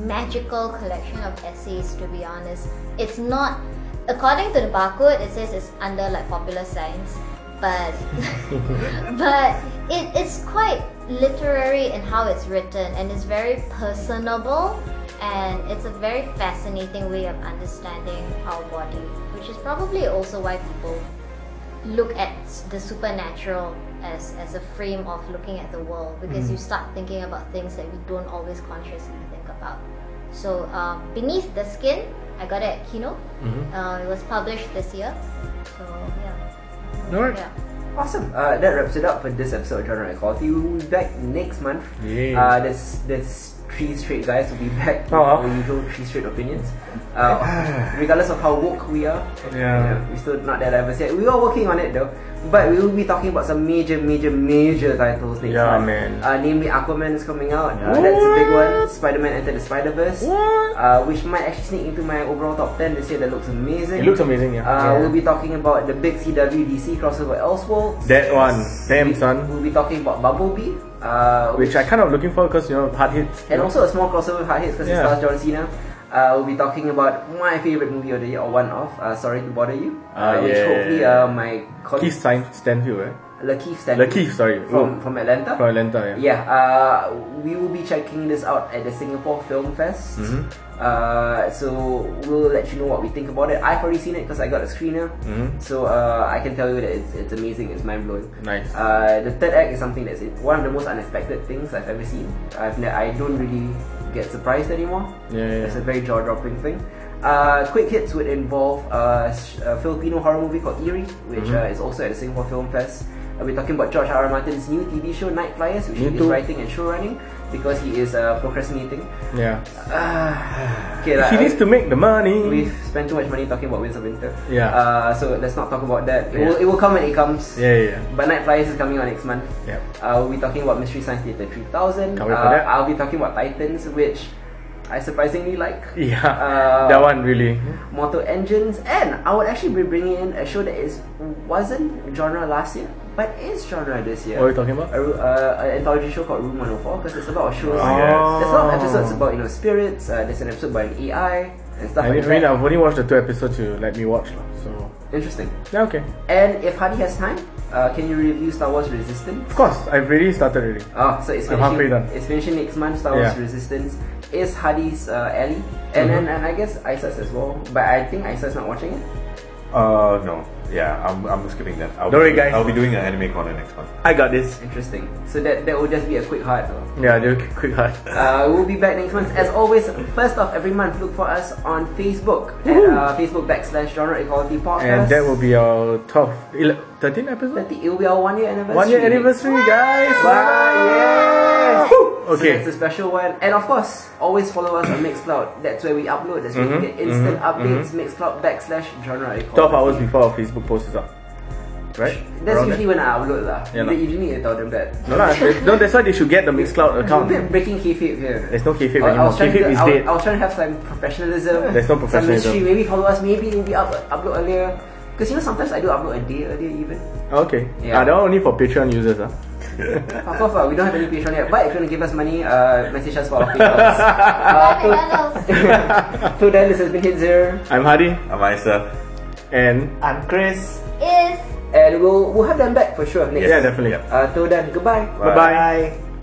E: magical collection of essays to be honest. It's not according to the barcode it says it's under like popular science but but it, it's quite literary in how it's written and it's very personable and it's a very fascinating way of understanding our body which is probably also why people look at s- the supernatural as, as a frame of looking at the world because you start thinking about things that we don't always consciously think about so uh, beneath the skin i got it at kino uh, it was published this year so yeah
B: Alright.
E: yeah
A: Awesome. Uh, that wraps it up for this episode of Genre Equality. We will be back next month.
B: Yay.
A: Uh, that's that's three straight guys will be back with
B: Aw.
A: our usual three straight opinions. Uh, regardless of how woke we are,
B: Yeah.
A: we're still not that diverse yet. We are working on it though. But we will be talking about some major, major, major titles next
B: Yeah,
A: month.
B: man.
A: Uh, namely, Aquaman is coming out. Uh, that's a big one. Spider-Man Enter the Spider-Verse, uh, which might actually sneak into my overall top ten this year. That looks amazing.
B: It looks amazing, yeah.
A: Uh,
B: Yeah.
A: We'll be talking about the big CW DC crossover Elseworlds.
B: That one, damn
A: we,
B: son.
A: We'll be talking about Bumblebee, uh,
B: Which I kind of looking for because you know hard hits.
A: and
B: you know.
A: also a small crossover with Hard Hits because
B: Yeah.
A: it stars John Cena. Uh, we'll be talking about my favorite movie of the year or one of. Uh, Sorry to bother you,
B: Ah,
A: uh, which
B: yeah.
A: hopefully uh, my colleague
B: Keith Stein- Stanfield, right?
A: Lakeith Stanley
B: Lakeith, sorry,
A: from
B: Ooh.
A: from Atlanta.
B: from Atlanta, yeah.
A: Yeah, uh, we will be checking this out at the Singapore Film Fest.
B: Mm-hmm.
A: Uh, so we'll let you know what we think about it. I've already seen it because I got a screener,
B: Mm-hmm.
A: so uh, I can tell you that it's, it's amazing. It's mind blowing.
B: Nice.
A: Uh, the third act is something that's one of the most unexpected things I've ever seen. I've ne- I don't really get surprised anymore.
B: Yeah, yeah,
A: it's
B: yeah.
A: a very jaw dropping thing. Uh, quick hits would involve uh, sh- a Filipino horror movie called Eerie, which
B: Mm-hmm.
A: uh, is also at the Singapore Film Fest. Uh, we're talking about George R. R. Martin's new TV show Night Flyers, which
B: Me
A: he
B: too.
A: is writing and showrunning because he is uh, procrastinating.
B: Yeah.
A: Okay, lah,
B: he needs to make the money.
A: We've spent too much money talking about Winds of Winter.
B: Yeah.
A: Uh, so let's not talk about that. It,
B: Yeah.
A: will, it will come when it comes.
B: Yeah, yeah, yeah.
A: But Night Flyers is coming out next month.
B: Yeah.
A: Uh, we'll be talking about Mystery Science Theater 3000.
B: Can't wait
A: uh,
B: for that.
A: I'll be talking about Titans, which I surprisingly like.
B: Yeah,
A: Uh,
B: that one really.
A: Motor Engines, and I would actually be bringing in a show that is wasn't genre last year, but is genre this year.
B: What are we talking about?
A: A, ru- uh, an anthology show called Room 104 because it's a lot of shows.
C: Oh, yes.
A: There's a lot of episodes about you know spirits. Uh, there's an episode by an AI and stuff
B: I
A: like
B: mean, I mean,
A: that.
B: I've only watched the two episodes you let me watch, lah, so
A: Interesting.
B: yeah, okay.
A: And if Hadi has time, uh, can you review Star Wars Resistance?
B: Of course, I've already started already.
A: Oh, so it's finishing,
B: I'm halfway done.
A: it's finishing next month. Star Wars
B: Yeah. Mm-hmm.
A: Resistance is Hadi's uh, alley, and then and I guess Isa's as well. But I think Isa's not watching it.
C: Uh, no. Yeah, I'm, I'm skipping that. I'll
B: Don't worry,
C: be doing-
B: guys.
C: I'll be doing an anime corner next month.
B: I got this.
A: Interesting. So that that will just be a quick heart. though.
B: Yeah, do a quick heart.
A: Uh, we'll be back next month. As always, first off every month, look for us on Facebook at uh, Facebook backslash Genre Equality Podcast.
B: And that will be our 12th, 11, 13 episode?
A: it will be our one year anniversary.
B: One year anniversary, guys!
A: Wow, yes. So that's
B: Okay.
A: a special one. And of course, always follow us on Mixcloud. That's where we upload. That's where
B: Mm-hmm,
A: you get instant updates. Mixcloud backslash genre equality.
B: 12 hours before our Facebook post is up. Right?
A: That's
B: Around
A: usually when I upload lah. you,
B: Yeah lah.
A: you didn't need to tell them that.
B: that. No, lah, they- no, that's why they should get the Mixcloud account.
A: We're breaking kayfabe here.
B: There's no kayfabe
A: I- I
B: anymore.
A: was trying to-
B: Kayfabe is
A: I was-
B: dead.
A: I was trying to have some professionalism.
B: There's no
A: Some
B: professionalism.
A: mystery. Maybe follow us. Maybe we'll be up, upload earlier. Because you know sometimes I do upload a day earlier even.
B: Okay.
A: Yeah.
B: Ah, that one only for Patreon users, ah.
A: Fuck off, ah, we don't have any Patreon yet. But if you want to give us money, uh, message us for our PayPals. uh,
E: Bye,
A: till-
E: McDonald's.
A: till then, this has been Hit Zero.
B: I'm Hadi,
C: Am I, sir?
B: and
D: I'm Chris.
E: is
A: And we'll, we'll have them back for sure next
B: yeah,
A: time.
B: definitely.
A: Uh, till then, goodbye.
B: Bye-bye.
D: Bye.